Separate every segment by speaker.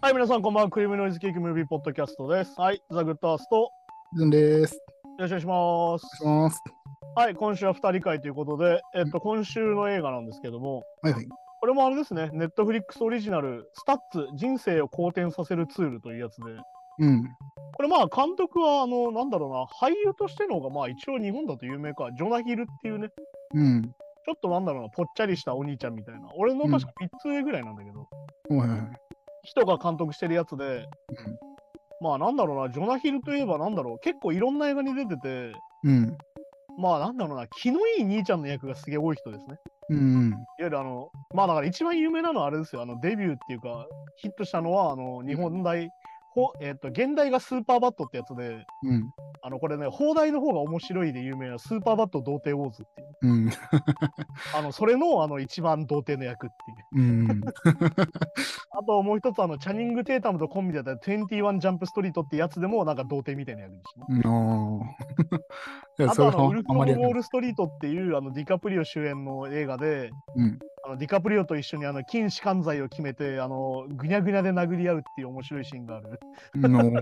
Speaker 1: はい、皆さん、こんばんは。クリームノイズケーキムービーポッドキャストです。はい、ザ・グッドアースト、よ
Speaker 2: ずんです。
Speaker 1: ろしくお願いします。
Speaker 2: お願いします。
Speaker 1: はい、今週は2人会ということで、えっと、今週の映画なんですけども、
Speaker 2: はいはい。
Speaker 1: これもあれですね、ネットフリックスオリジナル、スタッツ、人生を好転させるツールというやつで、
Speaker 2: うん。
Speaker 1: これまあ、監督は、あの、なんだろうな、俳優としての方が、まあ、一応日本だと有名か、ジョナヒルっていうね、
Speaker 2: うん。
Speaker 1: ちょっとなんだろうな、ぽっちゃりしたお兄ちゃんみたいな、俺の確か3つ上ぐらいなんだけど、
Speaker 2: はいはいはい。
Speaker 1: 人が監督してるやつで、まあなんだろうな、ジョナヒルといえばなんだろう、結構いろんな映画に出てて、
Speaker 2: うん。
Speaker 1: まあなんだろうな、気のいい兄ちゃんの役がすげえ多い人ですね。
Speaker 2: うん。
Speaker 1: いわゆるあの、まあだから一番有名なのはあれですよ、あのデビューっていうか、ヒットしたのは、あの、日本大、ほえっと、現代がスーパーバットってやつで、
Speaker 2: うん。
Speaker 1: あの、これね、放題の方が面白いで有名なスーパーバット童貞ウォーズっていう、
Speaker 2: うん。
Speaker 1: あの、それのあの一番童貞の役っていう。
Speaker 2: うん。
Speaker 1: あともう一つ、あの、チャニング・テータムとコンビでやった21ジャンプストリートってやつでも、なんか童貞みたいな役でしたね。
Speaker 2: うん。おー いや
Speaker 1: あ
Speaker 2: それ
Speaker 1: とあ
Speaker 2: は
Speaker 1: の、ウルフ・
Speaker 2: あ
Speaker 1: オブ・
Speaker 2: ま
Speaker 1: ウ
Speaker 2: りや
Speaker 1: ォ
Speaker 2: な
Speaker 1: ー
Speaker 2: い。
Speaker 1: ル・ストリートっていうあのディカプリオ主演の映画で、
Speaker 2: うん。
Speaker 1: あのディカプリオと一緒にあの筋弛緩剤を決めて、あのぐにゃぐにゃで殴り合うっていう面白いシーンがあ る
Speaker 2: うんおー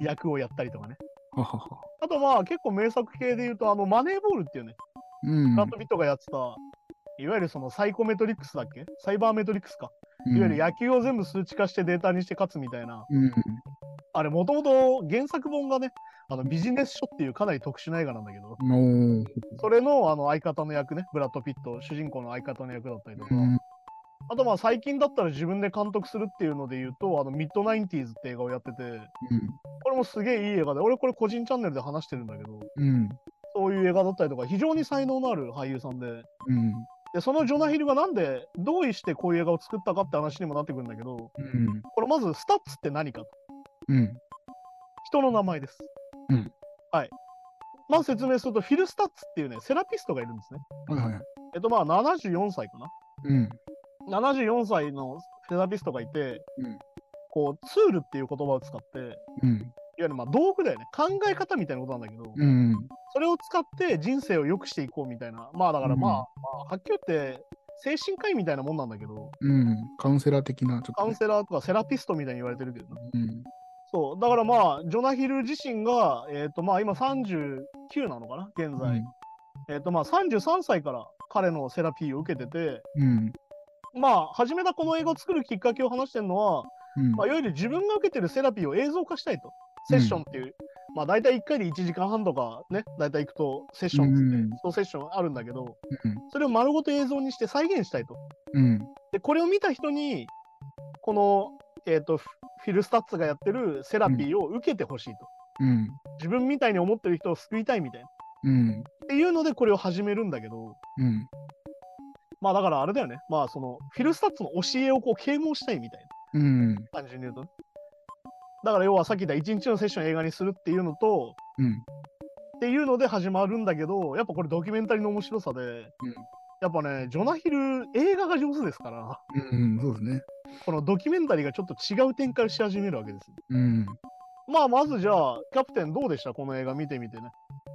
Speaker 1: 役をやったりとかね。
Speaker 2: ははは
Speaker 1: あとまあ結構名作系で言うと、あのマネーボールっていうね、
Speaker 2: うん
Speaker 1: ブラッド・ピットがやってた、いわゆるそのサイコメトリックスだっけサイバーメトリックスか。いわゆる野球を全部数値化してデータにして勝つみたいな。
Speaker 2: うん。
Speaker 1: あれもともと原作本がね、あのビジネス書っていうかなり特殊な映画なんだけど、
Speaker 2: うん。おー
Speaker 1: それのあの相方の役ね、ブラッド・ピット、主人公の相方の役だったりとか、
Speaker 2: うん。
Speaker 1: あとまあ最近だったら自分で監督するっていうので言うと、あのミッドナインティーズって映画をやってて、これもすげえいい映画で、俺これ個人チャンネルで話してるんだけど、
Speaker 2: うん。
Speaker 1: そういう映画だったりとか、非常に才能のある俳優さんで、
Speaker 2: うん。
Speaker 1: でそのジョナヒルがなんで、どうしてこういう映画を作ったかって話にもなってくるんだけど、
Speaker 2: うん。
Speaker 1: これまずスタッツって何かと
Speaker 2: うん。
Speaker 1: 人の名前です。
Speaker 2: うん
Speaker 1: はい。まず説明すると、フィル・スタッツっていうね、セラピストがいるんですね。
Speaker 2: はいはい。
Speaker 1: えっとまあ74歳かな。
Speaker 2: うん。
Speaker 1: 74歳のセラピストがいて、
Speaker 2: うん
Speaker 1: こうツールっていう言葉を使っていわ
Speaker 2: うん。
Speaker 1: ゆるまあ道具だよね考え方みたいなことなんだけど、
Speaker 2: うん。
Speaker 1: それを使って人生を良くしていこうみたいなまあだからまあ、
Speaker 2: うん
Speaker 1: まあはっきり言って精神科医みたいなもんなんだけど
Speaker 2: うん。カウンセラー的な、ちょ
Speaker 1: カウン
Speaker 2: っ
Speaker 1: セラーとかセラピストみたいに言われてるけどね、
Speaker 2: とね。
Speaker 1: そうだからまあジョナヒル自身が、えーとまあ、今39なのかな現
Speaker 2: うん。
Speaker 1: 在、えーとまあ、33歳から彼のセラピーを受けてて
Speaker 2: うん。
Speaker 1: まあ始めたこの映画を作るきっかけを話してるのは
Speaker 2: うん。
Speaker 1: まあ、いわゆる自分が受けてるセラピーを映像化したいと。セッションっていう、まあ大体1回で1時間半とかね、大体行くとセッションっつって、
Speaker 2: うん
Speaker 1: そのセッションあるんだけど、それを丸ごと映像にして再現したいと。
Speaker 2: うん。
Speaker 1: で、これを見た人に、この、えー、とフフィル・スタッツがやってるセラピーを受けてほしいと。
Speaker 2: うん。
Speaker 1: 自分みたいに思ってる人を救いたいみたいな。っ
Speaker 2: うん。
Speaker 1: ていうのでこれを始めるんだけど、
Speaker 2: うん。
Speaker 1: まあだからあれだよね、まあそのフィル・スタッツの教えをこう啓蒙したいみたいな。
Speaker 2: うん。
Speaker 1: 単純に言うとね。だから要はさっき言った1日のセッションを映画にするっていうのと、
Speaker 2: うん。
Speaker 1: っていうので始まるんだけど、やっぱこれドキュメンタリーの面白さで、やっぱね、ジョナヒル映画が上手ですから、
Speaker 2: うん、そうですね。
Speaker 1: このドキュメンタリーがちょっと違う展開をし始めるわけですよ。
Speaker 2: うん。
Speaker 1: まあまずじゃあ、キャプテンどうでしたこの映画見てみてね。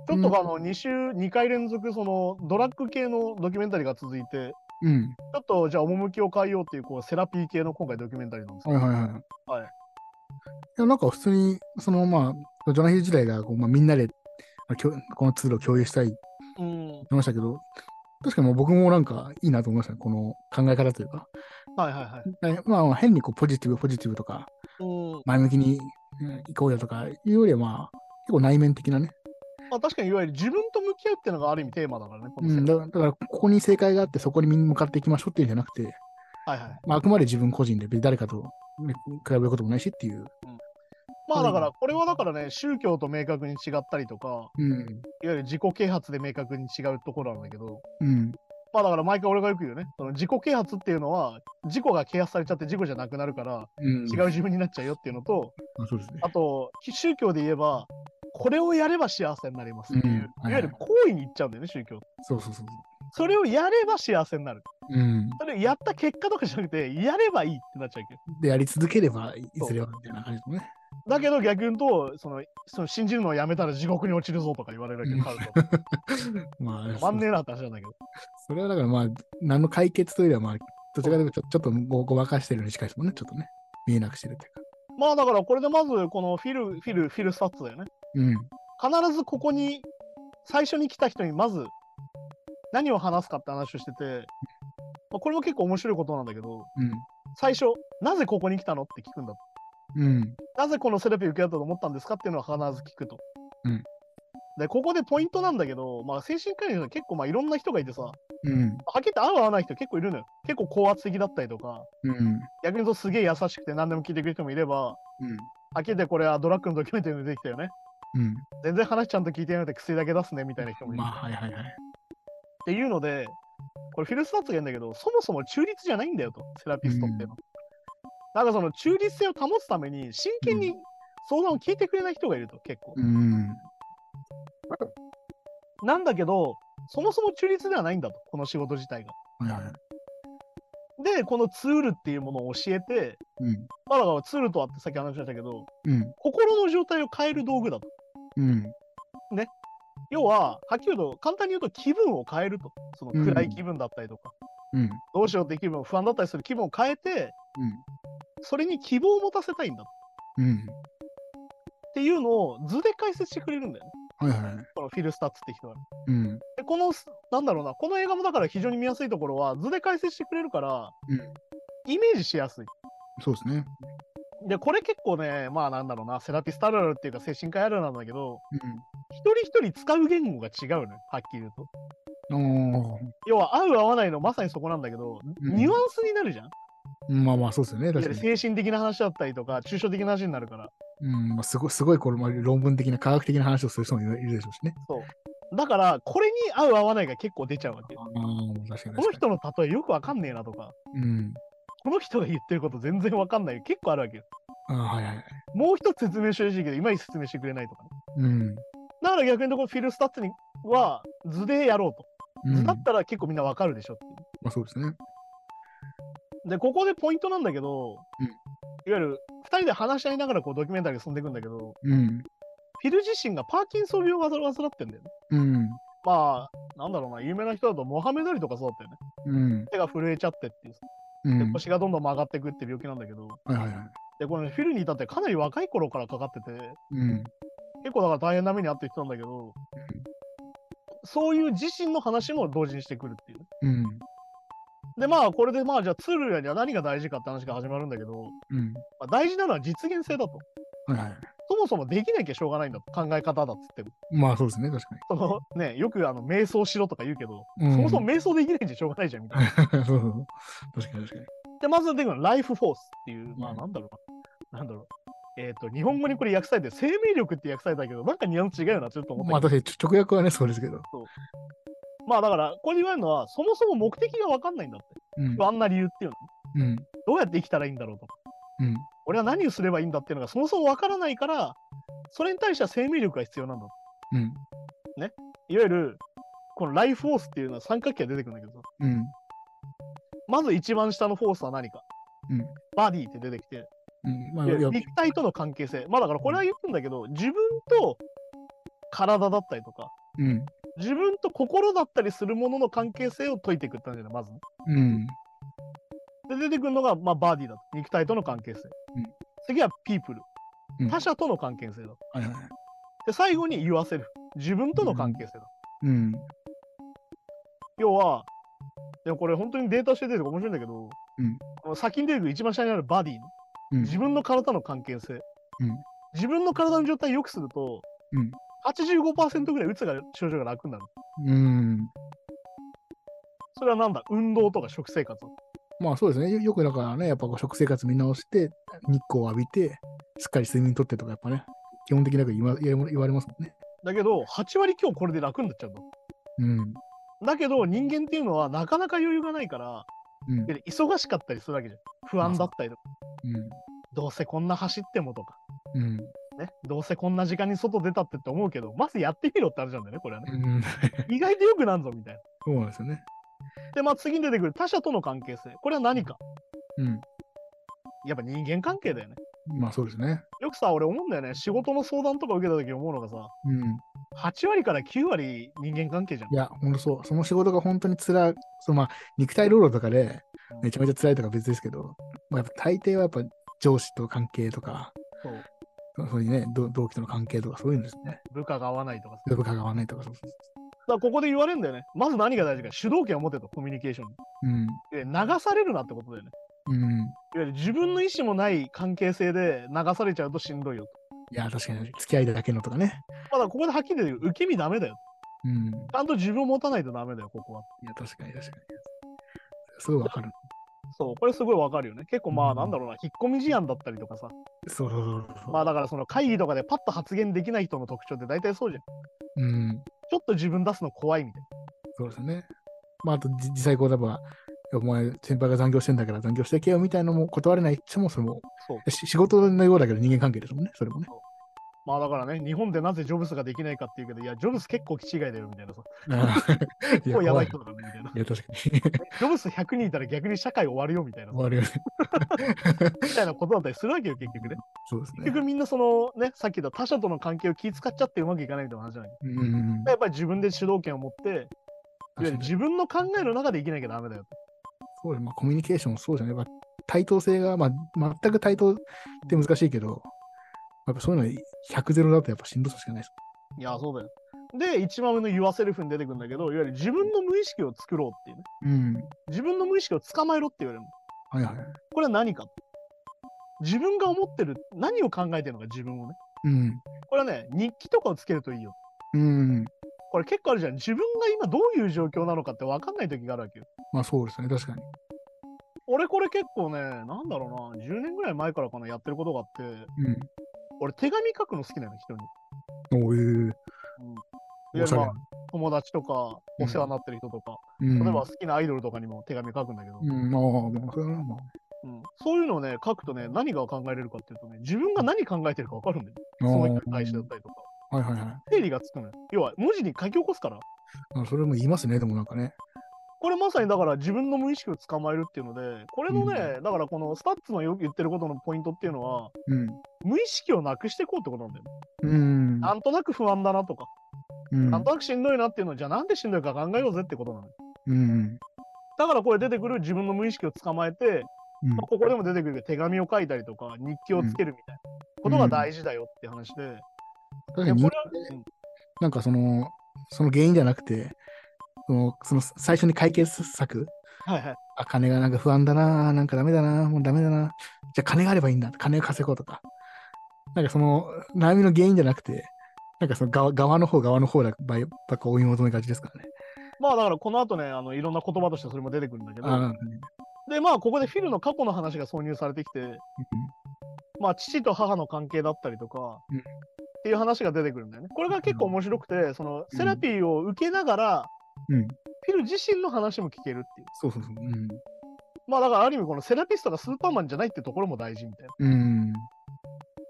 Speaker 1: ちょっとあの2週、2回連続そのドラッグ系のドキュメンタリーが続いて、
Speaker 2: うん。
Speaker 1: ちょっとじゃあ趣を変えようっていうこうセラピー系の今回ドキュメンタリーなんですけ
Speaker 2: はい
Speaker 1: ど、
Speaker 2: はいはい。
Speaker 1: はい
Speaker 2: いや、なんか普通に、そのまあ、ジョナヒル時代がこう、まあ、みんなで、まあ、きょこのツールを共有したいって
Speaker 1: うん、
Speaker 2: 言いましたけど、確かにもう僕もなんかいいなと思いましたね。この考え方というか。
Speaker 1: はいはいはい。
Speaker 2: えまあまあ、変にこうポジティブ、ポジティブとか、
Speaker 1: うん
Speaker 2: 前向きにうん行こうよとかいうよりは、まあ、結構内面的なね。
Speaker 1: まあ、確かにいわゆる自分と向き合うっていうのがある意味テーマだからね、こ
Speaker 2: う
Speaker 1: の世
Speaker 2: ん、
Speaker 1: 界
Speaker 2: だだから、ここに正解があって、そこに向かっていきましょうっていうんじゃなくて、
Speaker 1: はいはい。
Speaker 2: まあ、あくまで自分個人で、別に誰かとね比べることもないしっていう。
Speaker 1: まあだか
Speaker 2: う
Speaker 1: ら、これはだからね、宗教と明確に違ったりとか、
Speaker 2: うん。
Speaker 1: いわゆる自己啓発で明確に違うところなんだけど、
Speaker 2: うん。
Speaker 1: まあだから毎回俺がよく言うね、その自己啓発っていうのは、自己が啓発されちゃって自己じゃなくなるから、
Speaker 2: うん、
Speaker 1: 違う自分になっちゃうよっていうのと、
Speaker 2: あそうですね。
Speaker 1: あと、宗教で言えば、これをやれば幸せになりますっていう、
Speaker 2: うん
Speaker 1: いわゆる行為に行っちゃうんだよね、宗教。
Speaker 2: そうそうそうそ
Speaker 1: それをやれば幸せになる。
Speaker 2: う。うん。
Speaker 1: それをやった結果とかじゃなくて、やればいいってなっちゃうけど。
Speaker 2: で、やり続ければい
Speaker 1: そう
Speaker 2: ずれはみたいな感じのね。
Speaker 1: だけど逆に言うと、その、その信じるのをやめたら地獄に落ちるぞとか言われるわけ
Speaker 2: うん
Speaker 1: よ、カルトって。
Speaker 2: まあ、
Speaker 1: マ
Speaker 2: そ
Speaker 1: ンネーなって話なんだけど。
Speaker 2: それはだからまあ、何の解決というよりは、まあ、どちらかというとちょ、ちょっとごごまかしてるように近いですもんね、ちょっとね。見えなくしてるというか。
Speaker 1: まあだからこれでまずこのフィル、フィル、フィルスタッツだよね。
Speaker 2: うん。
Speaker 1: 必ずここに、最初に来た人にまず何を話すかって話をしてて、まあ、これも結構面白いことなんだけど、最初、なぜここに来たのって聞くんだと。
Speaker 2: うん。うん。
Speaker 1: なぜこのセラピー受けようと思ったんですかっていうのは必ず聞くと。
Speaker 2: うん
Speaker 1: で、ここでポイントなんだけど、まあ、精神科医の人結構まあいろんな人がいてさ、は
Speaker 2: うん。
Speaker 1: っきり言って合う合わない人結構いるのよ。結構高圧的だったりとか、
Speaker 2: うん。
Speaker 1: 逆に言うとすげえ優しくて何でも聞いてくれる人もいれば、
Speaker 2: うん。
Speaker 1: はっきり言ってこれはドラッグのドキュメントにも出てきたよね。
Speaker 2: う
Speaker 1: 全然話ちゃんと聞いてなくて薬だけ出すねみたいな人もい
Speaker 2: ん。
Speaker 1: る。
Speaker 2: まあ、はいはいはい。
Speaker 1: っていうので、これフィルスタッツが言うんだけど、そもそも中立じゃないんだよと、セラピストっていうのは。なんかその中立性を保つために、真剣に相談を聞いてくれない人がいると、結構。
Speaker 2: うん。
Speaker 1: なんだけど、そもそも中立ではないんだと、この仕事自体が。
Speaker 2: はいはい。
Speaker 1: で、このツールっていうものを教えて、
Speaker 2: うん。
Speaker 1: まあだからツールとはってさっき話しましたけど、
Speaker 2: うん。
Speaker 1: 心の状態を変える道具だと。
Speaker 2: うん。
Speaker 1: 要は、はっきり言うと、簡単に言うと気分を変えると。その暗い気分だったりとか、
Speaker 2: うん。
Speaker 1: どうしようって気分、不安だったりする気分を変えて、それに希望を持たせたいんだと。
Speaker 2: うん。うん。
Speaker 1: っていうのを図で解説してくれるんだよね。
Speaker 2: はいはい。
Speaker 1: このフィル・スタッツって人は。
Speaker 2: うん。
Speaker 1: で、この、なんだろうな、この映画もだから非常に見やすいところは、図で解説してくれるから、
Speaker 2: うん。
Speaker 1: イメージしやすい。
Speaker 2: そうですね。
Speaker 1: で、これ結構ね、まあなんだろうな、セラピストあるあるっていうか精神科あるあるなんだけど、一人一人使う言語が違うのよ、はっきり言うと。
Speaker 2: うん。おお。
Speaker 1: 要は、合う合わないのまさにそこなんだけど、
Speaker 2: うん
Speaker 1: ニュアンスになるじゃん。
Speaker 2: まあまあ、そうですよね。
Speaker 1: いわゆ
Speaker 2: 確
Speaker 1: る
Speaker 2: かに。
Speaker 1: 精神的な話だったりとか、抽象的な話になるから。
Speaker 2: うん。まあ、すごい、すごい、これ、まあ、論文的な、科学的な話をする人もいるいるでしょうしね。
Speaker 1: だから、これに合う合わないが結構出ちゃうわけよ。
Speaker 2: ああ、確かに。
Speaker 1: この人の例えよくわかんねえなとか、
Speaker 2: うん。こ
Speaker 1: この人が言ってること全然わかんない。結構あるわけよ。
Speaker 2: ああ、はいはい。
Speaker 1: もう一つ説明してほしいけど、いまいち説明してくれないとかね。
Speaker 2: うん。
Speaker 1: だから逆にこのフィルスタッツには図でやろう
Speaker 2: う
Speaker 1: と。図
Speaker 2: ん。
Speaker 1: だ
Speaker 2: ま
Speaker 1: ったら結構みんなわかるでしょってい
Speaker 2: あ、そうですね。
Speaker 1: う。で、ここでポイントなんだけど、
Speaker 2: うん
Speaker 1: いわゆる2人で話し合いながらこうドキュメンタリーが進んでいくんだけど、
Speaker 2: うん。
Speaker 1: フィル自身がパーキンソン病を患ってんだよね。
Speaker 2: うん。
Speaker 1: まあ、なんだろうな、有名な人だとモハメドアリとかそうだったよね。
Speaker 2: うん。
Speaker 1: 手が震えちゃってっていう。
Speaker 2: うん。
Speaker 1: で
Speaker 2: はい
Speaker 1: 腰がどんどん曲がっていくって病気なんだけど、
Speaker 2: はいはい。
Speaker 1: で、このフィルに至ってかなり若い頃からかかってて、
Speaker 2: うん。
Speaker 1: 結構だから大変な目に遭ってきたんだけど、そういう自身の話も同時にしてくるっていう。
Speaker 2: うん。
Speaker 1: で、まあ、これでまあ、じゃあツールやには何が大事かって話が始まるんだけど、
Speaker 2: うん。
Speaker 1: まあ、大事なのは実現性だと。
Speaker 2: はいはい。
Speaker 1: そもそもできなきゃしょうがないんだと。考え方だっつっても。
Speaker 2: まあ、そうですね。確か
Speaker 1: そのね、よくあの、瞑想しろとか言うけど、
Speaker 2: に。うん
Speaker 1: そもそも瞑想できないんじゃしょうがないじゃんみたいな。
Speaker 2: そうそうそう。確かに確かに。
Speaker 1: で、まず出てくるのはライフフォースっていう、まあ、
Speaker 2: うん
Speaker 1: なんだろうな。なんだろう。えっ、と、日本語にこれ訳されて、生命力って訳されたけど、なんかニュアンス違うよな、ちょっと思ったけど
Speaker 2: まあ、確かにちょ直訳はね、そうですけど。
Speaker 1: まあだから、これで言われるのは、そもそも目的が分かんないんだって。
Speaker 2: うん。
Speaker 1: あんな理由っていうの。
Speaker 2: うん。
Speaker 1: どうやって生きたらいいんだろうとか、
Speaker 2: うん。
Speaker 1: 俺は何をすればいいんだっていうのがそもそも分からないから、それに対しては生命力が必要なんだと。
Speaker 2: うん。
Speaker 1: いわゆる、このライフフォースっていうのは三角形が出てくるんだけどさ、
Speaker 2: うん。
Speaker 1: まず一番下のフォースは何か。
Speaker 2: うん
Speaker 1: バディって出てきて、
Speaker 2: うん。まあ、
Speaker 1: い
Speaker 2: い
Speaker 1: わゆ
Speaker 2: や
Speaker 1: る、肉体との関係性。まあだからこれは言うんだけど、自分と体だったりとか、
Speaker 2: うん。
Speaker 1: 自分と心だったりするものの関係性を解いていくって感じだよね、まずね。
Speaker 2: うん。
Speaker 1: で、出てくるのが、まあ、バーディーだと。肉体との関係性。
Speaker 2: うん
Speaker 1: 次は、ピープル
Speaker 2: うん。
Speaker 1: 他者との関係性だと。
Speaker 2: はいはい。
Speaker 1: で、最後に、言わせる。自分との関係性だと。
Speaker 2: うん。
Speaker 1: 要は、でもこれ本当にデータして出てるから面白いんだけど、
Speaker 2: うん
Speaker 1: この先に出てくる一番下にあるバディ、
Speaker 2: うん。
Speaker 1: 自分の体との関係性。
Speaker 2: うん
Speaker 1: 自分の体の状態を良くすると、
Speaker 2: うん
Speaker 1: 85%ぐらい鬱が症状が楽になる。
Speaker 2: うん。
Speaker 1: それはなんだ運動とか食生活。
Speaker 2: まあ、そうですね。よよくだからね、やっぱこう食生活見直して、日光を浴びて、しっかり睡眠とってとか、やっぱね、基本的なこと言わ言わ言われますもんね。
Speaker 1: だけど、8割今日これで楽になっちゃうんだ。
Speaker 2: うん。
Speaker 1: だけど、人間っていうのはなかなか余裕がないから、
Speaker 2: うん。
Speaker 1: で忙しかったりするわけじゃん。不安だったりとか、
Speaker 2: うん。
Speaker 1: どうせこんな走ってもとか、
Speaker 2: うん。
Speaker 1: ね、どうせこんな時間に外出たってって思うけど、まずやってみろってあるじゃんだよね、これはね。
Speaker 2: うん。
Speaker 1: 意外とよくなんぞみたい
Speaker 2: そうなんですよね。
Speaker 1: な。で、まあ次に出てくる他者との関係性。これは何か
Speaker 2: うん。
Speaker 1: やっぱ人間関係だよね。
Speaker 2: まあ、そうですね。
Speaker 1: よくさ、俺思うんだよね。仕事の相談とか受けた時思うのがさ、
Speaker 2: うん。
Speaker 1: 8割から9割人間関係じゃん
Speaker 2: い。や、ほんとそう。その仕事が本当に辛い。そのまあ、肉体労働とかで、めちゃめちゃ辛いとか別ですけど、まあ、やっぱ大抵はやっぱ上司との関係とか、
Speaker 1: そう
Speaker 2: そそういうね、同同期との関係とか、そういうんですね。
Speaker 1: 部下が合わないとかさだ
Speaker 2: 部下が合わないとか、そうそうそ
Speaker 1: からここで言われるんだよね。まず何が大事か、主導権を持てと、コミュニケーションに。
Speaker 2: う。うん。
Speaker 1: で流されるなってことだよね。
Speaker 2: うん。
Speaker 1: いわゆる自分の意思もない関係性で流されちゃうとしんどいよと。
Speaker 2: いや、確かに、付き合いだけのとかね。
Speaker 1: まだここではっきり言う、受け身ダメだよ。
Speaker 2: うん。い
Speaker 1: ちゃんと自分を持たないとダメだよ、ここは。
Speaker 2: や、確かに、確かに。すごいわかる。
Speaker 1: そう、これすごいわかるよね。結構ま
Speaker 2: う
Speaker 1: あ、
Speaker 2: ん
Speaker 1: なんだろうな、引っ込み思案だったりとかさ。
Speaker 2: そうそうそうそう。
Speaker 1: まあだからその会議とかでパッと発言できない人の特徴って大体そうじゃん。
Speaker 2: うん。
Speaker 1: ちょっと自分出すの怖いみたい
Speaker 2: そうですね。まあ、あと、じ実際こう、例えば、お前、先輩が残業してんだから残業してけよみたいなのも断れないっても、それも
Speaker 1: な。そう。
Speaker 2: し仕事のようだけど人間関係ですもんね、それ もね。
Speaker 1: まあだからね、日本でなぜジョブスができないかっていうけど、いや、ジョブス結構気違いだよみたいなさ。
Speaker 2: い
Speaker 1: 結構やばい人だからねみたいな。
Speaker 2: いや、確か に。
Speaker 1: ジョブス100人いたら逆に社会終わるよみたいな
Speaker 2: 終、わるよね。
Speaker 1: みたいなことだったりするわけよ、結局ね。
Speaker 2: そうです
Speaker 1: 結
Speaker 2: ね。
Speaker 1: 局みんなそのね、さっき言った他者との関係を気遣っちゃってうまくいかないみたいな話じゃない。
Speaker 2: うんうん
Speaker 1: やっぱり自分で主導権を持って、いわ
Speaker 2: うん。
Speaker 1: ゆる自分の考えの中で生きなきゃダメだよ。
Speaker 2: そうですまあ、コミュニケーションもそうじゃない。まあ、対等性が、まあ、全く対等って難しいけど、やっぱそういうの100ゼロだとやっぱしんどさしかないです。
Speaker 1: いや、そうだよ。で、一番上の yourself に出てくるんだけど、いわゆる自分の無意識を作ろうっていうね。
Speaker 2: うん。
Speaker 1: 自分の無意識を捕まえろって言われるの。
Speaker 2: はいはい。
Speaker 1: これは何か自分が思ってる、何を考えてるのか自分をね。
Speaker 2: うん。
Speaker 1: これはね、日記とかをつけるといいよ。
Speaker 2: うん。
Speaker 1: これ結構あるじゃん。自分が今どういう状況なのかって分かんない時があるわけよ。
Speaker 2: まあそうですね、確かに。
Speaker 1: 俺これ結構ね、なんだろうな、10年ぐらい前からかな、やってることがあって、俺手紙書くの好きなの、人に。
Speaker 2: うん。おう
Speaker 1: い
Speaker 2: お
Speaker 1: や
Speaker 2: しゃれ
Speaker 1: ま
Speaker 2: な
Speaker 1: あ、友達とか、
Speaker 2: うん
Speaker 1: お世話になってる人とか、
Speaker 2: うん。
Speaker 1: 例えば好きなアイドルとかにも手紙書くんだけど、
Speaker 2: うん、まあ、まあ、それはまあ。
Speaker 1: うんそういうのをね、書くとね、何が考えれるかっていうとね、自分が何考えてるか分かるんだよ。
Speaker 2: あ
Speaker 1: そ
Speaker 2: ー
Speaker 1: の人に対してだったりとか。
Speaker 2: はいはいはい
Speaker 1: 整理がつくのよ。要は、文字に書き起こすから。
Speaker 2: あ。それも言いますね、でもなんかね。
Speaker 1: これまさにだから自分の無意識を捕まえるっていうので、これのね、だからこのスタッツのよく言ってることのポイントっていうのは、
Speaker 2: うん。
Speaker 1: 無意識をなくしていこうってことなんだよ。
Speaker 2: うん。
Speaker 1: なんとなく不安だなとか、
Speaker 2: うん
Speaker 1: なんとなくしんどいなっていうのをじゃあなんでしんどいか考えようぜってことなのよ。
Speaker 2: うん。
Speaker 1: だからこれ出てくる自分の無意識を捕まえて、
Speaker 2: うん
Speaker 1: まあ、ここでも出てくるけど手紙を書いたりとか日記をつけるみたいなことが大事だよって話で、
Speaker 2: 確
Speaker 1: い
Speaker 2: か
Speaker 1: や
Speaker 2: に
Speaker 1: これは、うん
Speaker 2: なんかその、その原因じゃなくて、そのその最初に解決策、
Speaker 1: はいはい
Speaker 2: あ、金がなんか不安だな、なんかダメだな、もうダメだな、じゃあ金があればいいんだ、金を稼ごうとか、なんかその悩みの原因じゃなくて、なんかその側側の方、側の方だばばっか追い求めがちですからね。
Speaker 1: まあだからこの後ねあのいろんな言葉としてそれも出てくるんだけ
Speaker 2: あ
Speaker 1: ど
Speaker 2: なんかね
Speaker 1: でまあここでフィルの過去の話が挿入されてきてまあ父と母の関係だったりとか、
Speaker 2: うん
Speaker 1: っていう話が出てくるんだよねこれが結構面白くてそのセラピーを受けながら、
Speaker 2: うん、うん、
Speaker 1: フィル自身の話も聞けるっていう
Speaker 2: そうそうそう、うん、
Speaker 1: まあだからある意味このセラピストがスーパーマンじゃないってところも大事みたい
Speaker 2: うん、
Speaker 1: な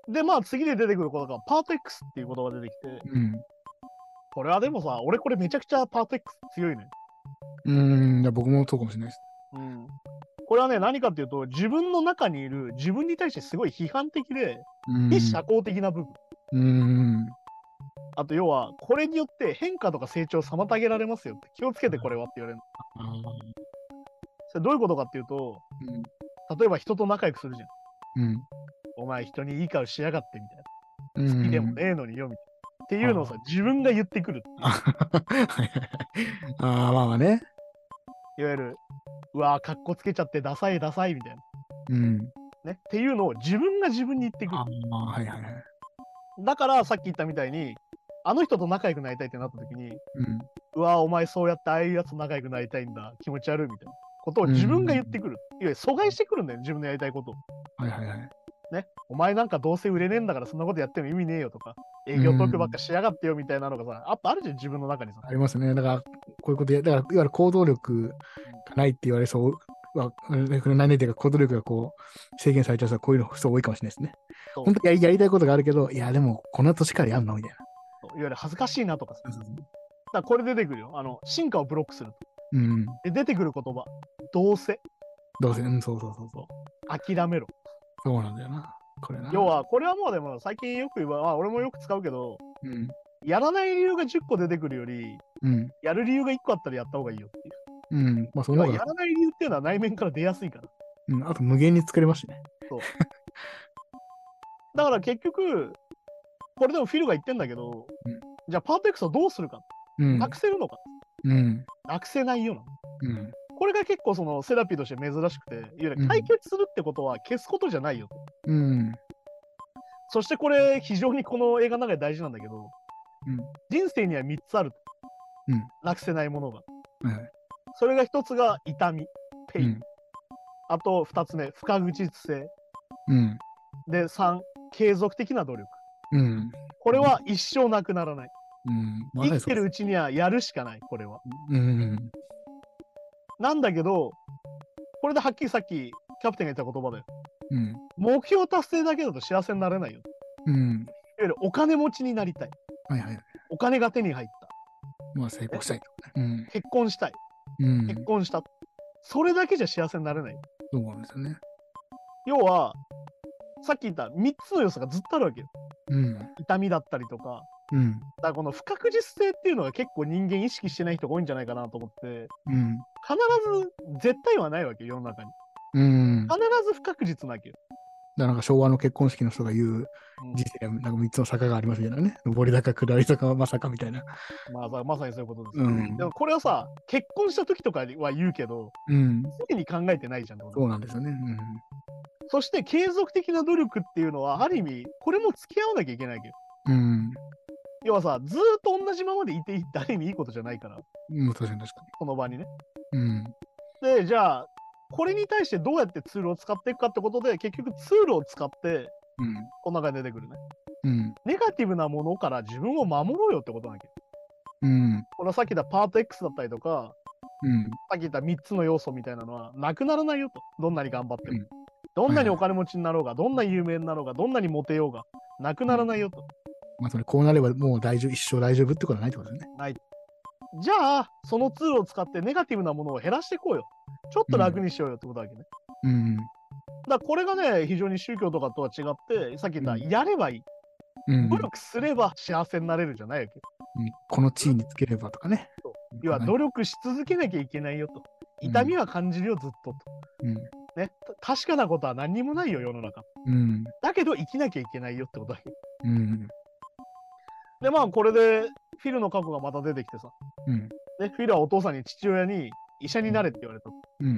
Speaker 1: でまあ次で出てくることがパート X っていうことが出てきて
Speaker 2: うん、
Speaker 1: これはでもさ、俺これめちゃくちゃパート X 強いね。
Speaker 2: うん、いや僕もそうかもしれないです。
Speaker 1: うん。これはね、何かっていうと、自分の中にいる自分に対してすごい批判的で、
Speaker 2: うん
Speaker 1: 非社交的な部分。
Speaker 2: うん、
Speaker 1: あと要は、これによって変化とか成長を妨げられますよって、気をつけてこれはって言われるの。
Speaker 2: あー
Speaker 1: それどういうことかっていうと、
Speaker 2: うん、
Speaker 1: 例えば人と仲良くするじゃん。
Speaker 2: うん、
Speaker 1: お前人にいい顔しやがってみたい
Speaker 2: うん、
Speaker 1: な。好きでもねえのによみたいな。っていうのをさ、自分が言ってくるって
Speaker 2: あ はいはいはいあー、まあまあね。
Speaker 1: いう。いわゆる、うわーかっこつけちゃってダサいダサいみたい
Speaker 2: うん。
Speaker 1: な。ね。っていうのを自分が自分に言ってくる
Speaker 2: あ。あ、はいはいはい。
Speaker 1: だからさっき言ったみたいに、あの人と仲良くなりたいってなった時に、
Speaker 2: うん。
Speaker 1: うわ、お前そうやってああいうやつと仲良くなりたいんだ、気持ち悪いみたいなことを自分が言ってくる。いわゆる阻害してくるんだよね、自分のやりたいことを。
Speaker 2: はいはいはい。
Speaker 1: ね、お前なんかどうせ売れねえんだからそんなことやっても意味ねえよとか、営業トークばっかしやがってよみたいなのがさ、やっぱあるじゃん、自分の中にさ。
Speaker 2: ありますね。だから、こういうことや、だから、いわゆる行動力がないって言われそう。はないねっていうか行動力がこう制限されちゃう人はこういうの人多いかもしれないですね。
Speaker 1: そう
Speaker 2: 本当にやりやりたいことがあるけど、いやでもこの年からやんのみたい
Speaker 1: いわゆる恥ずかしいなとかさ。だ
Speaker 2: な
Speaker 1: か。らこれ出てくるよ。あの、進化をブロックする。
Speaker 2: うん。
Speaker 1: で、出てくる言葉。どうせ、
Speaker 2: どうせ、うん、そうそうそうそう。
Speaker 1: 諦めろ。
Speaker 2: そうなんだよな。これな。
Speaker 1: 要は、これはもうでも最近よく言わ、まあ俺もよく使うけど、
Speaker 2: うん。
Speaker 1: やらない理由が10個出てくるより、
Speaker 2: うん。
Speaker 1: やる理由が1個あったらやった方がいいよっていう。
Speaker 2: うん。まあその
Speaker 1: 要は
Speaker 2: 方
Speaker 1: や
Speaker 2: が、
Speaker 1: らない理由っていうのは内面から出やすいから。
Speaker 2: うん、あと無限に作れますしね。
Speaker 1: だから結局、これでもフィルが言ってんだけど、
Speaker 2: うん
Speaker 1: じゃあパーフェクトをどうするか、
Speaker 2: うん
Speaker 1: なくせるのか、
Speaker 2: うん
Speaker 1: なくせないような。
Speaker 2: うん
Speaker 1: これが結構そのセラピーとして珍しくて、いわゆる解決するってことは消すことじゃないよと。
Speaker 2: うん
Speaker 1: そしてこれ、非常にこの映画の中で大事なんだけど、
Speaker 2: うん
Speaker 1: 人生には3つあると。
Speaker 2: うん
Speaker 1: なくせないものが。
Speaker 2: はい
Speaker 1: それが1つが痛み、ペ
Speaker 2: う
Speaker 1: イン。
Speaker 2: ん
Speaker 1: あと2つ目、不確実性。
Speaker 2: うん
Speaker 1: で、3、継続的な努力。
Speaker 2: うん
Speaker 1: これは一生なくならない。
Speaker 2: うんま
Speaker 1: 生
Speaker 2: さ
Speaker 1: き
Speaker 2: にそう
Speaker 1: て
Speaker 2: で
Speaker 1: る
Speaker 2: す
Speaker 1: うちにはやるしかない、これは。
Speaker 2: うん
Speaker 1: なんだけど、これではっきりさっきキャプテンが言った言葉だよ。
Speaker 2: うん
Speaker 1: 目標達成だけだと幸せになれないよ。いわ
Speaker 2: うん
Speaker 1: ゆるお金持ちになりたい。
Speaker 2: はいはい
Speaker 1: お金が手に入った。
Speaker 2: まあ成功したいとね
Speaker 1: 結婚したい。
Speaker 2: うんうん
Speaker 1: 結婚した。それだけじゃ幸せになれない。
Speaker 2: そうなんですよね
Speaker 1: 要は、さっき言った3つの要素がずっとあるわけよ。
Speaker 2: うん
Speaker 1: 痛みだったりとか。
Speaker 2: うん
Speaker 1: だからこの不確実性っていうのが結構人間意識してない人が多いんじゃないかなと思って、
Speaker 2: うん
Speaker 1: 必ず絶対はないわけよ、世の中に。
Speaker 2: うんだか
Speaker 1: 必ず不確実なわけよ。
Speaker 2: らなんか昭和の結婚式の人が言う
Speaker 1: うん
Speaker 2: 人生にはなんか3つの坂がありますみたいなね上り坂下り坂まさかみたいな
Speaker 1: まあさ、まさにそういうことです。
Speaker 2: うん
Speaker 1: でもこれはさ、結婚した時とかは言うけど、
Speaker 2: うん
Speaker 1: 常に考えてないじゃんってこと
Speaker 2: そうなんですよね
Speaker 1: そして継続的な努力っていうのは、ある意味、これも付き合わなきゃいけないわけど。
Speaker 2: うん
Speaker 1: 要はさ、ずーっと同じままでいていいって、ある意味いいことじゃないから、
Speaker 2: うんうん確かに確か
Speaker 1: この場にね。
Speaker 2: にうん
Speaker 1: で、じゃあ、これに対してどうやってツールを使っていくかってことで、結局ツールを使って、
Speaker 2: うん
Speaker 1: この中に出てくるね。
Speaker 2: うん
Speaker 1: ネガティブなものから自分を守ろうよってことなわけど。
Speaker 2: うん
Speaker 1: このさっき言ったパート X だったりとか、
Speaker 2: うん
Speaker 1: さっき言った3つの要素みたいなのはなくならないよと。どんなに頑張っても。
Speaker 2: うん
Speaker 1: どんなにお金持ちになろうが、どんな有名になろうが、どんなにモテようが、なくならないよと。
Speaker 2: まあそれこうなればもう大丈夫一生大丈夫ってことはないってことですよね
Speaker 1: じゃあ、そのツールを使ってネガティブなものを減らしていこうよ。ちょっと楽にしようよってことだわけね。
Speaker 2: うん
Speaker 1: だからこれがね、非常に宗教とかとは違って、さっき言った、
Speaker 2: うん
Speaker 1: やればいい。
Speaker 2: うん
Speaker 1: 努力すれば幸せになれるじゃないわけ。
Speaker 2: うんこの地位につければとかね。
Speaker 1: 要は努力し続けなきゃいけないよと。痛みは感じるよ、ずっとと。
Speaker 2: うん
Speaker 1: ね、た確かなことは何にもないよ、世の中。
Speaker 2: うん
Speaker 1: だけど生きなきゃいけないよってことだけ。
Speaker 2: うん
Speaker 1: で、まあ、これで、フィルの過去がまた出てきてさ。
Speaker 2: うん
Speaker 1: で、フィルはお父さんに父親に、医者になれって言われた。
Speaker 2: うん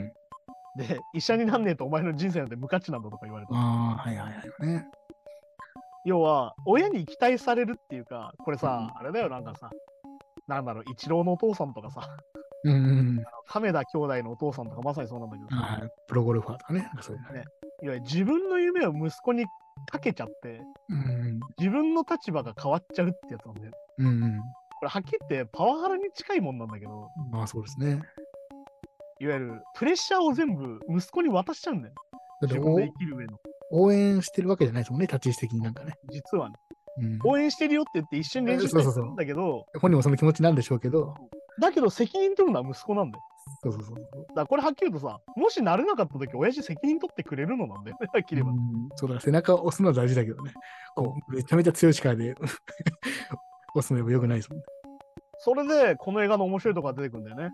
Speaker 1: で、医者になんねえとお前の人生なんて無価値なんだとか言われた。
Speaker 2: ああはいはいはいね
Speaker 1: 要は、親に期待されるっていうか、これさ、
Speaker 2: う
Speaker 1: あれだよ、なんかさ、なんだろう、一郎のお父さんとかさ、
Speaker 2: うんうん
Speaker 1: 亀田兄弟のお父さんとかまさにそうなんだけど
Speaker 2: うん
Speaker 1: さ、
Speaker 2: はいプロゴルファーとかねなんかそういうの
Speaker 1: いわゆる自分の夢を息子にかけちゃって、
Speaker 2: うん
Speaker 1: 自分の立場が変わっちゃうってやつなんだよ。
Speaker 2: うんうん
Speaker 1: これはっきり言ってパワハラに近いもんなんだけど、
Speaker 2: まあそうですね
Speaker 1: いわゆるプレッシャーを全部息子に渡しちゃうんだよ。
Speaker 2: だって
Speaker 1: 自分
Speaker 2: お
Speaker 1: で生きる上の。
Speaker 2: 応援してるわけじゃないですもんね立ち位置的になんかね
Speaker 1: 実はね、
Speaker 2: うん
Speaker 1: 応援してるよって言って一緒に練習して
Speaker 2: そうそうそ
Speaker 1: る
Speaker 2: うん
Speaker 1: だけど、
Speaker 2: 本人もその気持ちなんでしょうけど
Speaker 1: だけど責任取るのは息子なんだよ。
Speaker 2: そうそうそうそう
Speaker 1: だからこれはっきり言うとさ、もしなれなかった時、親父責任取ってくれるのなんだよね、 はっきり言えば。
Speaker 2: うんそうだから背中を押すのは大事だけどねこうめちゃめちゃ強い力で押すのもよくないですもんね
Speaker 1: それで、この映画の面白いとこが出てくるんだよね。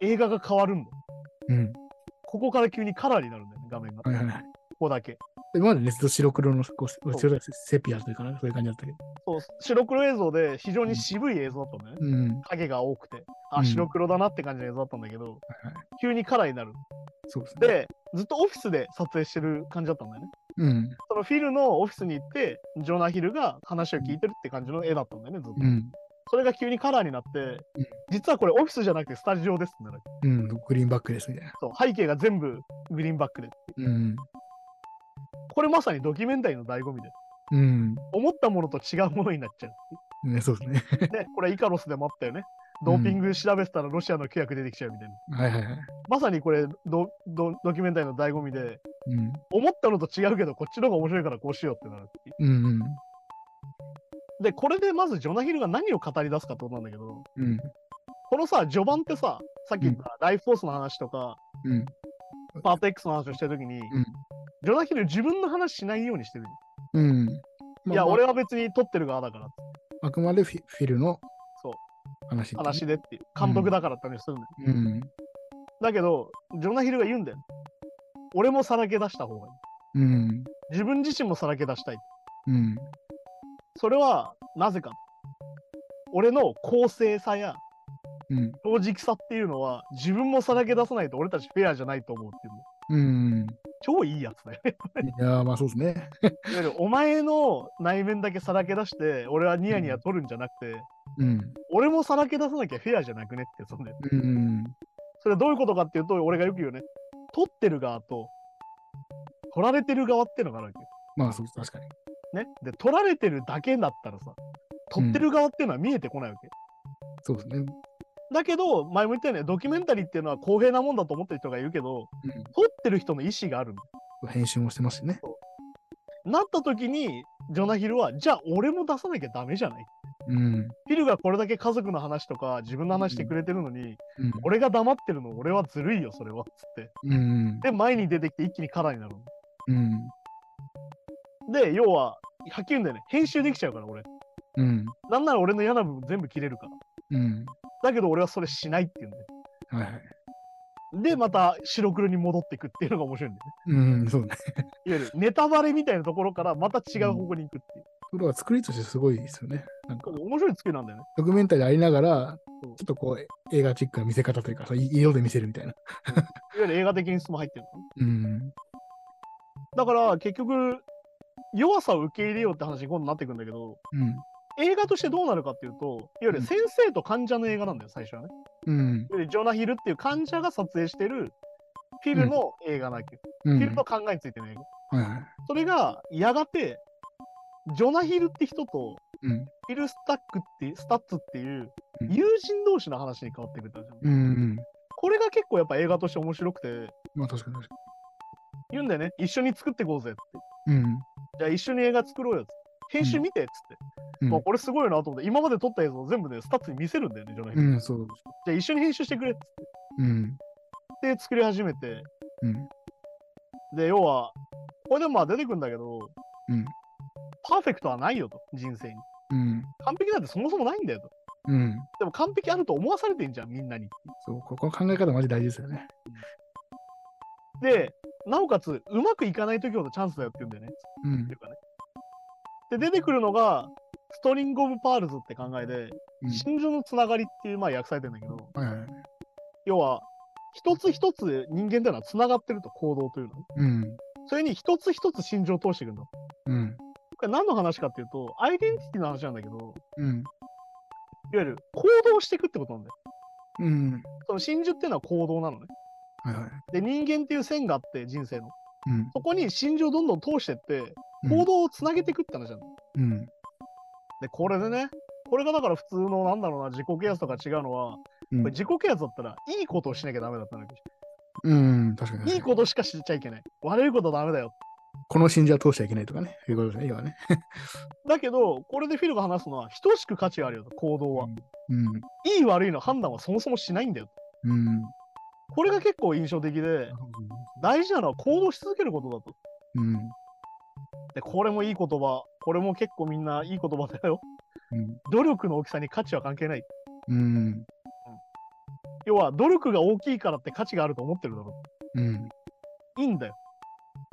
Speaker 1: 映画が変わるんだよ。
Speaker 2: うん
Speaker 1: ここから急にカラーになるんだよね、画面が。
Speaker 2: はいは
Speaker 1: こ
Speaker 2: いはい
Speaker 1: こだけ。
Speaker 2: 今までね、ずっと白黒の、こう、
Speaker 1: う
Speaker 2: 白いセピアというかな、そういう感じだったけど。
Speaker 1: そう、白黒映像で非常に渋い映像だったんだよね。
Speaker 2: うん。
Speaker 1: 影が多くて、
Speaker 2: う
Speaker 1: あ、
Speaker 2: ん
Speaker 1: 白黒だなって感じの映像だったんだけど、
Speaker 2: はいはい
Speaker 1: 急にカラーになる。
Speaker 2: そうですね。
Speaker 1: で、ずっとオフィスで撮影してる感じだったんだよね。
Speaker 2: うん。
Speaker 1: そのフィルのオフィスに行って、ジョナヒルが話を聞いてるって感じの絵だったんだよね、ずっと。
Speaker 2: うん。
Speaker 1: それが急にカラーになって
Speaker 2: うん、
Speaker 1: 実はこれオフィスじゃなくてスタジオですってなる。
Speaker 2: うん。グリーンバックですみたいな。
Speaker 1: そう、背景が全部グリーンバックで。
Speaker 2: うん。
Speaker 1: これまさにドキュメンタリーの醍醐味で。
Speaker 2: うん。
Speaker 1: 思ったものと違うものになっちゃ
Speaker 2: ね、そうですね。
Speaker 1: う。ね、これイカロスでもあったよね。ドーピング調べてたらロシアの規約出てきちゃうみたいな。
Speaker 2: はいはいはい。
Speaker 1: まさにこれドドドキュメンタリーの醍醐味で、
Speaker 2: うん。
Speaker 1: 思ったのと違うけど、こっちの方が面白いからこうしようってなるっていう
Speaker 2: うんうん。
Speaker 1: で、これでまずジョナヒルが何を語り出すかってことなんだけど、
Speaker 2: うん。
Speaker 1: このさ、序盤ってさ、さっき言ったライフフォースの話とか、
Speaker 2: うん。
Speaker 1: パート X の話をしてるときに、
Speaker 2: ん
Speaker 1: ジョナヒル自分の話しないようにしてる。
Speaker 2: うん。まあ
Speaker 1: いや、
Speaker 2: まあ
Speaker 1: 俺は別に撮ってる側だから、
Speaker 2: あくまでフィフィルの
Speaker 1: そう
Speaker 2: 話。
Speaker 1: 話。でっていう、監督だからって話するんだよ。
Speaker 2: うん。
Speaker 1: だけど、ジョナヒルが言うんだよ。俺もさらけ出した方がい
Speaker 2: うん。
Speaker 1: い。自分自身もさらけ出したい。
Speaker 2: うん。
Speaker 1: それはなぜか。俺の公正さや
Speaker 2: うん。
Speaker 1: 正直さっていうのは自分もさらけ出さないと俺たちフェアじゃないと思うっていうの
Speaker 2: うん。
Speaker 1: 超いいやつだよね。
Speaker 2: いやー、まあそうですね。
Speaker 1: いわゆるお前の内面だけさらけ出して俺はニヤニヤ取るんじゃなくて、
Speaker 2: うん。
Speaker 1: 俺もさらけ出さなきゃフェアじゃなくねってそんで
Speaker 2: うん。
Speaker 1: それはどういうことかっていうと俺がよく言うね取ってる側と取られてる側っていうのがあるわけよ
Speaker 2: まあそう、確かに。
Speaker 1: ね、で取られてるだけだったらさ取ってる側っていうのは見えてこないわけ、
Speaker 2: そうですね。うん。
Speaker 1: だけど前も言ったよねドキュメンタリーっていうのは公平なもんだと思ってる人がいるけど取ってる人の意思があるんだ
Speaker 2: 編集もしてますしね。
Speaker 1: なった時にジョナヒルはじゃあ俺も出さなきゃダメじゃない
Speaker 2: うん。
Speaker 1: フィルがこれだけ家族の話とか自分の話してくれてるのに、
Speaker 2: うん。
Speaker 1: 俺が黙ってるの俺はずるいよそれはっつって
Speaker 2: うん。
Speaker 1: で前に出てきて一気に空になるの
Speaker 2: うん。
Speaker 1: で要ははっきり言うんだよね編集できちゃうから俺
Speaker 2: うん。
Speaker 1: なんなら俺の嫌な部分全部切れるから
Speaker 2: うん。
Speaker 1: だけど俺はそれしないっていうんだよ
Speaker 2: はいはい。
Speaker 1: でまた白黒に戻っていくっていうのが面白いんだよね
Speaker 2: うん、そうね。
Speaker 1: いわゆるネタバレみたいなところからまた違う方向に行くっていう、
Speaker 2: それは作りとしてすごいですよね。なんか、
Speaker 1: 面白い作りなんだよね
Speaker 2: ドキュメンタリーありながら、ち
Speaker 1: そ
Speaker 2: ょ
Speaker 1: う
Speaker 2: っとこう、映画チックな見せ方というか、そうい色で見せるみたいな。
Speaker 1: いわゆる映画的演出も入ってるの
Speaker 2: うん。
Speaker 1: だから結局弱さを受け入れようって話に今度なってくんだけど
Speaker 2: うん。
Speaker 1: 映画としてどうなるかっていうといわゆる先生と患者の映画なんだよ最初はね
Speaker 2: うん。
Speaker 1: いわゆるジョナヒルっていう患者が撮影してるフィルの映画なわけ、
Speaker 2: うん。
Speaker 1: フィルの考えについての映画
Speaker 2: はいはい。
Speaker 1: それがやがてジョナヒルって人と
Speaker 2: うん。
Speaker 1: フィル・スタックってスタッツっていう
Speaker 2: うん
Speaker 1: 友人同士の話に変わってくれたじゃん、
Speaker 2: うんうん。
Speaker 1: これが結構やっぱ映画として面白くて
Speaker 2: まあ確かに確か
Speaker 1: 言うんだよね一緒に作っていこうぜって
Speaker 2: に。うん。
Speaker 1: じゃあ一緒に映画作ろうよっつって編集見てっつって、
Speaker 2: うん
Speaker 1: まあ、これすごいなと思って今まで撮った映像を全部ねスタッツに見せるんだよねジョナヒル、
Speaker 2: うん、そう。
Speaker 1: じゃあ一緒に編集してくれっつっ
Speaker 2: うん。
Speaker 1: て作り始めて
Speaker 2: うん。
Speaker 1: で、要は、これでもまあ出てくるんだけど、
Speaker 2: うん
Speaker 1: パーフェクトはないよと、人生に。
Speaker 2: うん。
Speaker 1: 完璧なんてそもそもないんだよと。
Speaker 2: うん。
Speaker 1: でも完璧あると思わされてんじゃん、みんなに。
Speaker 2: そう、ここの考え方マジ大事ですよね。
Speaker 1: で、なおかつ、うまくいかない時ほどチャンスだよって言うんだよね。
Speaker 2: う
Speaker 1: っ
Speaker 2: ん
Speaker 1: てい。うかね。で、出てくるのが、ストリング・オブ・パールズって考えで、
Speaker 2: うん
Speaker 1: 心情のつながりっていう、まあ訳されてんだけど、
Speaker 2: はいはい。
Speaker 1: 要は、一つ一つ人間っていうのはつながってると、行動というのは。
Speaker 2: うん。
Speaker 1: それに一つ一つ心情を通していくんだ。
Speaker 2: うん。
Speaker 1: これ何の話かっていうと、アイデンティティの話なんだけど、
Speaker 2: うん。
Speaker 1: いわゆる行動していくってことなんだよ。
Speaker 2: うん。
Speaker 1: その真珠っていうのは行動なのね。
Speaker 2: はいはい。
Speaker 1: で、人間っていう線があって、人生の。
Speaker 2: うん。
Speaker 1: そこに真珠をどんどん通してって、
Speaker 2: うん
Speaker 1: 行動をつなげていくって話なの。
Speaker 2: うん。
Speaker 1: で、これでね、これがだから普通の、なんだろうな、自己啓発とか違うのは、
Speaker 2: うん
Speaker 1: これ自己啓発だったら、いいことをしなきゃダメだったんだけ
Speaker 2: うん。確か
Speaker 1: ど、
Speaker 2: に。
Speaker 1: いいことしかしちゃいけない。悪いことはダメだよ。
Speaker 2: この信者は通しちゃいけないとかね。いうことですね、要はね。
Speaker 1: だけど、これでフィルが話すのは、等しく価値があるよと、行動は。
Speaker 2: うん。
Speaker 1: いい悪いの判断はそもそもしないんだよ。
Speaker 2: うん。
Speaker 1: これが結構印象的で、大事なのは行動し続けることだと。
Speaker 2: うん。
Speaker 1: で、これもいい言葉。これも結構みんないい言葉だよ。
Speaker 2: うん。
Speaker 1: 努力の大きさに価値は関係ない。
Speaker 2: うん。
Speaker 1: 要は、努力が大きいからって価値があると思ってるだろ
Speaker 2: うん。
Speaker 1: う。いいんだよ。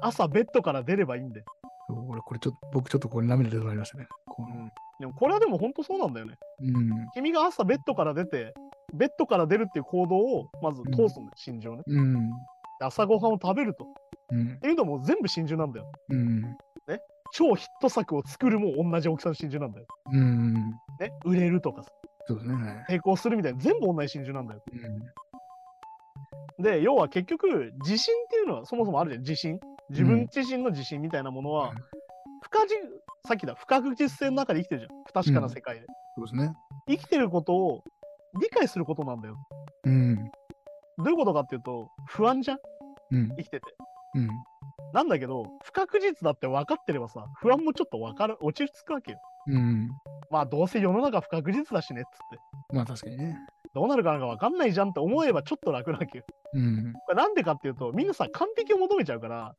Speaker 1: 朝ベッドから出ればいいんだよ。
Speaker 2: そう俺、これちょっと、僕ちょっとこれ涙出てまいりましたね。この
Speaker 1: でも、これはでも本当そうなんだよね。
Speaker 2: うん。
Speaker 1: 君が朝ベッドから出て、ベッドから出るっていう行動をまず通すんだよ、心情ね。
Speaker 2: うん。
Speaker 1: で朝ごはんを食べると。っ
Speaker 2: うん。
Speaker 1: ていうのも全部心中なんだよ。
Speaker 2: うん。
Speaker 1: 超ヒット作を作るも同じ大きさの心中なんだよ。
Speaker 2: うん。
Speaker 1: ね、売れるとかさ、
Speaker 2: そうですね。はい
Speaker 1: 成功するみたいな、全部同じ心中なんだよ。
Speaker 2: うん。
Speaker 1: で、要は結局、自信っていうのはそもそもあるじゃん、自信。自分自身の自信みたいなものは、
Speaker 2: うん
Speaker 1: 不可じさっきだ、不確実性の中で生きてるじゃん、不確かな世界で。
Speaker 2: そうですね。
Speaker 1: 生きてることを理解することなんだよ。
Speaker 2: うん。
Speaker 1: どういうことかっていうと、不安じゃん、
Speaker 2: うん。
Speaker 1: 生きてて。
Speaker 2: うん。
Speaker 1: なんだけど、不確実だって分かってればさ、不安もちょっと分かる落ち着くわけよ。
Speaker 2: うん。
Speaker 1: まあ、どうせ世の中不確実だしねっつって、
Speaker 2: まあ確かにね。
Speaker 1: どうなるかなんか分かんないじゃんって思えばちょっと楽なわけよ。
Speaker 2: うん。
Speaker 1: これなんでかっていうと、みんなさ、完璧を求めちゃうから、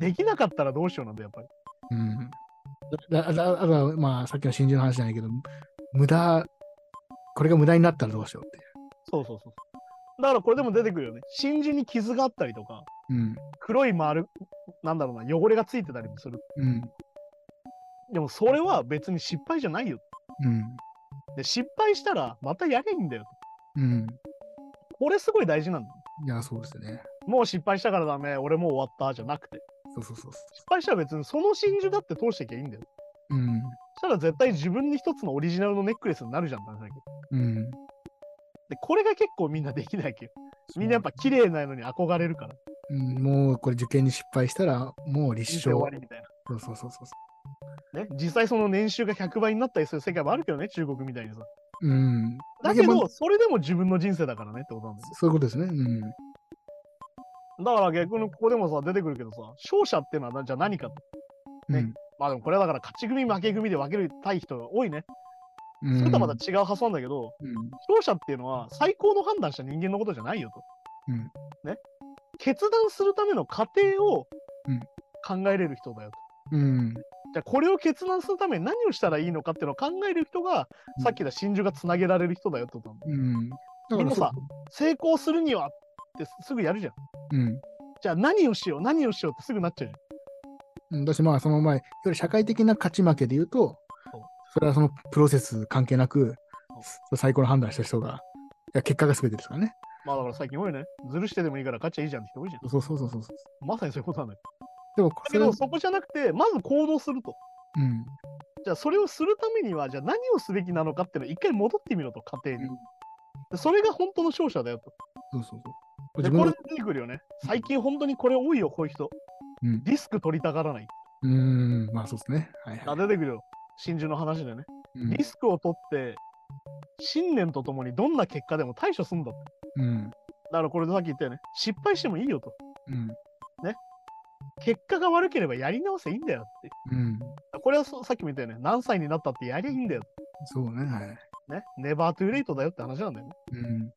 Speaker 1: できなかったらどうしようなんだよ、やっぱり。
Speaker 2: うん。だだだだまあさっきの真珠の話じゃないけど、無駄、これが無駄になったらどうしようってい
Speaker 1: そうそうそうそう。だからこれでも出てくるよね。真珠に傷があったりとか、
Speaker 2: う。うん。
Speaker 1: 黒い丸なんだろうな、汚れがついてたりもする。
Speaker 2: うん。
Speaker 1: でもそれは別に失敗じゃないよ。
Speaker 2: うん。
Speaker 1: で、失敗したらまたやれんだよ。
Speaker 2: うん。
Speaker 1: これすごい大事なんだよ。
Speaker 2: いや、そうですね。
Speaker 1: もう失敗したからダメ、俺もう終わったじゃなくて。
Speaker 2: そうそうそうそ
Speaker 1: 失敗したら別にその真珠だって通してきゃいいんだよ。
Speaker 2: う。うん。
Speaker 1: そしたら絶対自分に一つのオリジナルのネックレスになるじゃん、なんだっけ
Speaker 2: う
Speaker 1: で、
Speaker 2: ん。
Speaker 1: これが結構みんなできないわけど。みんなやっぱ綺麗なのに憧れるから。
Speaker 2: うん、もうこれ受験に失敗したら、もう立
Speaker 1: 人生終
Speaker 2: 証
Speaker 1: わ。りみたい
Speaker 2: そうそうそうそ
Speaker 1: な。ね、実際その年収が100倍になったりする世界もあるけどね、中国みたいにさ。
Speaker 2: う。うん。
Speaker 1: だけ
Speaker 2: いやまあ
Speaker 1: ど、それでも自分の人生だからねってことなんですよ。
Speaker 2: そういうことですね。うん。
Speaker 1: だから逆にここでもさ、出てくるけどさ、勝者っていうのはなじゃあ何かと。ねまあでもこれはだから勝ち組負け組で分けるたい人が多いね。
Speaker 2: うん。
Speaker 1: それとはま
Speaker 2: う
Speaker 1: た
Speaker 2: ん
Speaker 1: 違う発想なんだけど、勝者っていうのは最高の判断した人間のことじゃないよと。
Speaker 2: うん
Speaker 1: ね、決断するための過程を
Speaker 2: うん
Speaker 1: 考えれる人だよと。
Speaker 2: うん。うん。
Speaker 1: じゃあこれを決断するために何をしたらいいのかっていうのを考える人が、
Speaker 2: うん
Speaker 1: さっきの真珠がつなげられる人だよってことなんだよ
Speaker 2: うん。だ
Speaker 1: でも
Speaker 2: そ
Speaker 1: さ成功するにはってすぐやるじゃん。
Speaker 2: う。うん。
Speaker 1: じゃあ何をしよう何をしようってすぐなっちゃうじゃん。
Speaker 2: うんだし、まあ、その前、より社会的な勝ち負けで言うと
Speaker 1: そう、
Speaker 2: それはそのプロセス関係なく、最高の判断した人が、いや結果が全てですからね。
Speaker 1: まあだから最近多いね。ずるしてでもいいから勝っちゃいいじゃんって人多いじゃん。
Speaker 2: そうそうそうそうそう。
Speaker 1: まさにそういうことなんだよ。
Speaker 2: でも、
Speaker 1: だ
Speaker 2: そ
Speaker 1: け
Speaker 2: れは
Speaker 1: ど、そこじゃなくて、まず行動すると。
Speaker 2: うん。
Speaker 1: じゃあそれをするためには、じゃあ何をすべきなのかっていうのを一回戻ってみろと、家庭に。でそれが本当の勝者だよと。
Speaker 2: そうそうそう。
Speaker 1: で、
Speaker 2: 自
Speaker 1: これ
Speaker 2: 分の
Speaker 1: で出てくるよね。最近本当にこれ多いよ、こういう人。
Speaker 2: うん
Speaker 1: リスク取りたがらない。
Speaker 2: うーん、まあそうですね。はいは
Speaker 1: あ
Speaker 2: い。
Speaker 1: 出てくるよ。真珠の話でね。
Speaker 2: うん
Speaker 1: リスクを取って、信念とともにどんな結果でも対処すんだって。
Speaker 2: うん。
Speaker 1: だからこれでさっき言ったよね。失敗してもいいよと。
Speaker 2: うん。
Speaker 1: 結果が悪ければやり直せいいんだよって。
Speaker 2: うん。
Speaker 1: これはそうさっきも言ったよね。何歳になったってやりゃいいんだよ。
Speaker 2: そうね。はい。
Speaker 1: ね。ネバートゥーレイトだよって話なんだよね。
Speaker 2: うん。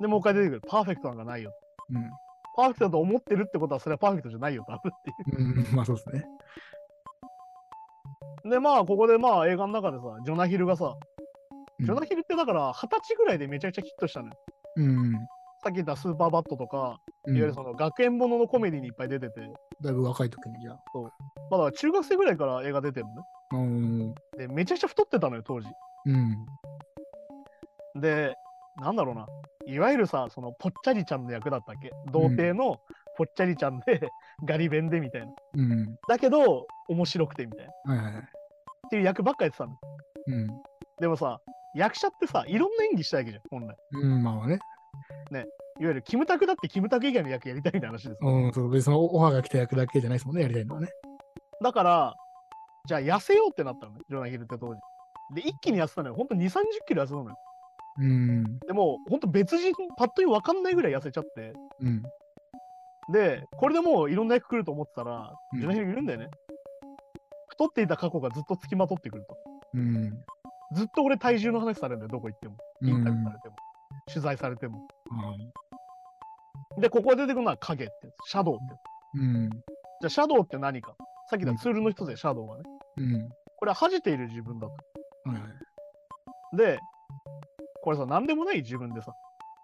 Speaker 1: で、もう一回出てくる。パーフェクトなんかないよ。
Speaker 2: うん。
Speaker 1: パーフェクトだと思ってるってことは、それはパーフェクトじゃないよ、多分ってい
Speaker 2: うん、まあそうですね。
Speaker 1: う。で、まあ、ここでまあ、映画の中でさ、ジョナヒルがさ、
Speaker 2: うん
Speaker 1: ジョナヒルってだから、二十歳ぐらいでめちゃくちゃヒットしたのよ。
Speaker 2: うん。
Speaker 1: さっき言ったスーパーバットとか、
Speaker 2: う
Speaker 1: いわゆ
Speaker 2: ん
Speaker 1: るその学園もののコメディにいっぱい出てて、
Speaker 2: だいぶ若い時に、じゃあ。
Speaker 1: まあだから中学生ぐらいから映画出てるのね。
Speaker 2: うん。
Speaker 1: で、めちゃくちゃ太ってたのよ、当時。
Speaker 2: うん。
Speaker 1: で、なんだろうな、いわゆるさ、そのぽっちゃりちゃんの役だったっけ童貞のぽっちゃりちゃんで、ガリ弁でみたいな。
Speaker 2: うん。
Speaker 1: だけど、面白くてみたいな。っ
Speaker 2: はいはいはい。
Speaker 1: ていう役ばっかやってたの。
Speaker 2: うん。
Speaker 1: でもさ、役者ってさ、いろんな演技したいわけじゃん、本来。
Speaker 2: うん、まあね。
Speaker 1: いわゆるキムタクだってキムタク以外の役やりたいみたいな話ですよ。
Speaker 2: うん、そう、別にそのオファーが来た役だけじゃないですもんね、やりたいのはね。
Speaker 1: だから、じゃあ痩せようってなったのね、ジョナヒルって当時。で、一気に痩せたのよ。ほんと2、30キロ痩せたのよ。
Speaker 2: うん。
Speaker 1: でも、ほんと別人、パッと見分かんないぐらい痩せちゃって。
Speaker 2: うん。
Speaker 1: で、これでもういろんな役来ると思ってたら、
Speaker 2: うん
Speaker 1: ジョナヒルいるんだよね。太っていた過去がずっとつきまとってくると。
Speaker 2: うん。
Speaker 1: ずっと俺体重の話されるんだよ、どこ行っても。イ
Speaker 2: う
Speaker 1: ンタビュー
Speaker 2: ん
Speaker 1: さ。れても。取材されても。
Speaker 2: はい
Speaker 1: で、ここで出てくるのは影ってやつ、シャドウってやつ。
Speaker 2: うん。
Speaker 1: じゃあ、シャドウって何か。さっき言ったツールの一つで、シャドウはね。
Speaker 2: うん。
Speaker 1: これは恥じている自分だと。
Speaker 2: はいはい。
Speaker 1: で、これさ、何でもない自分でさ、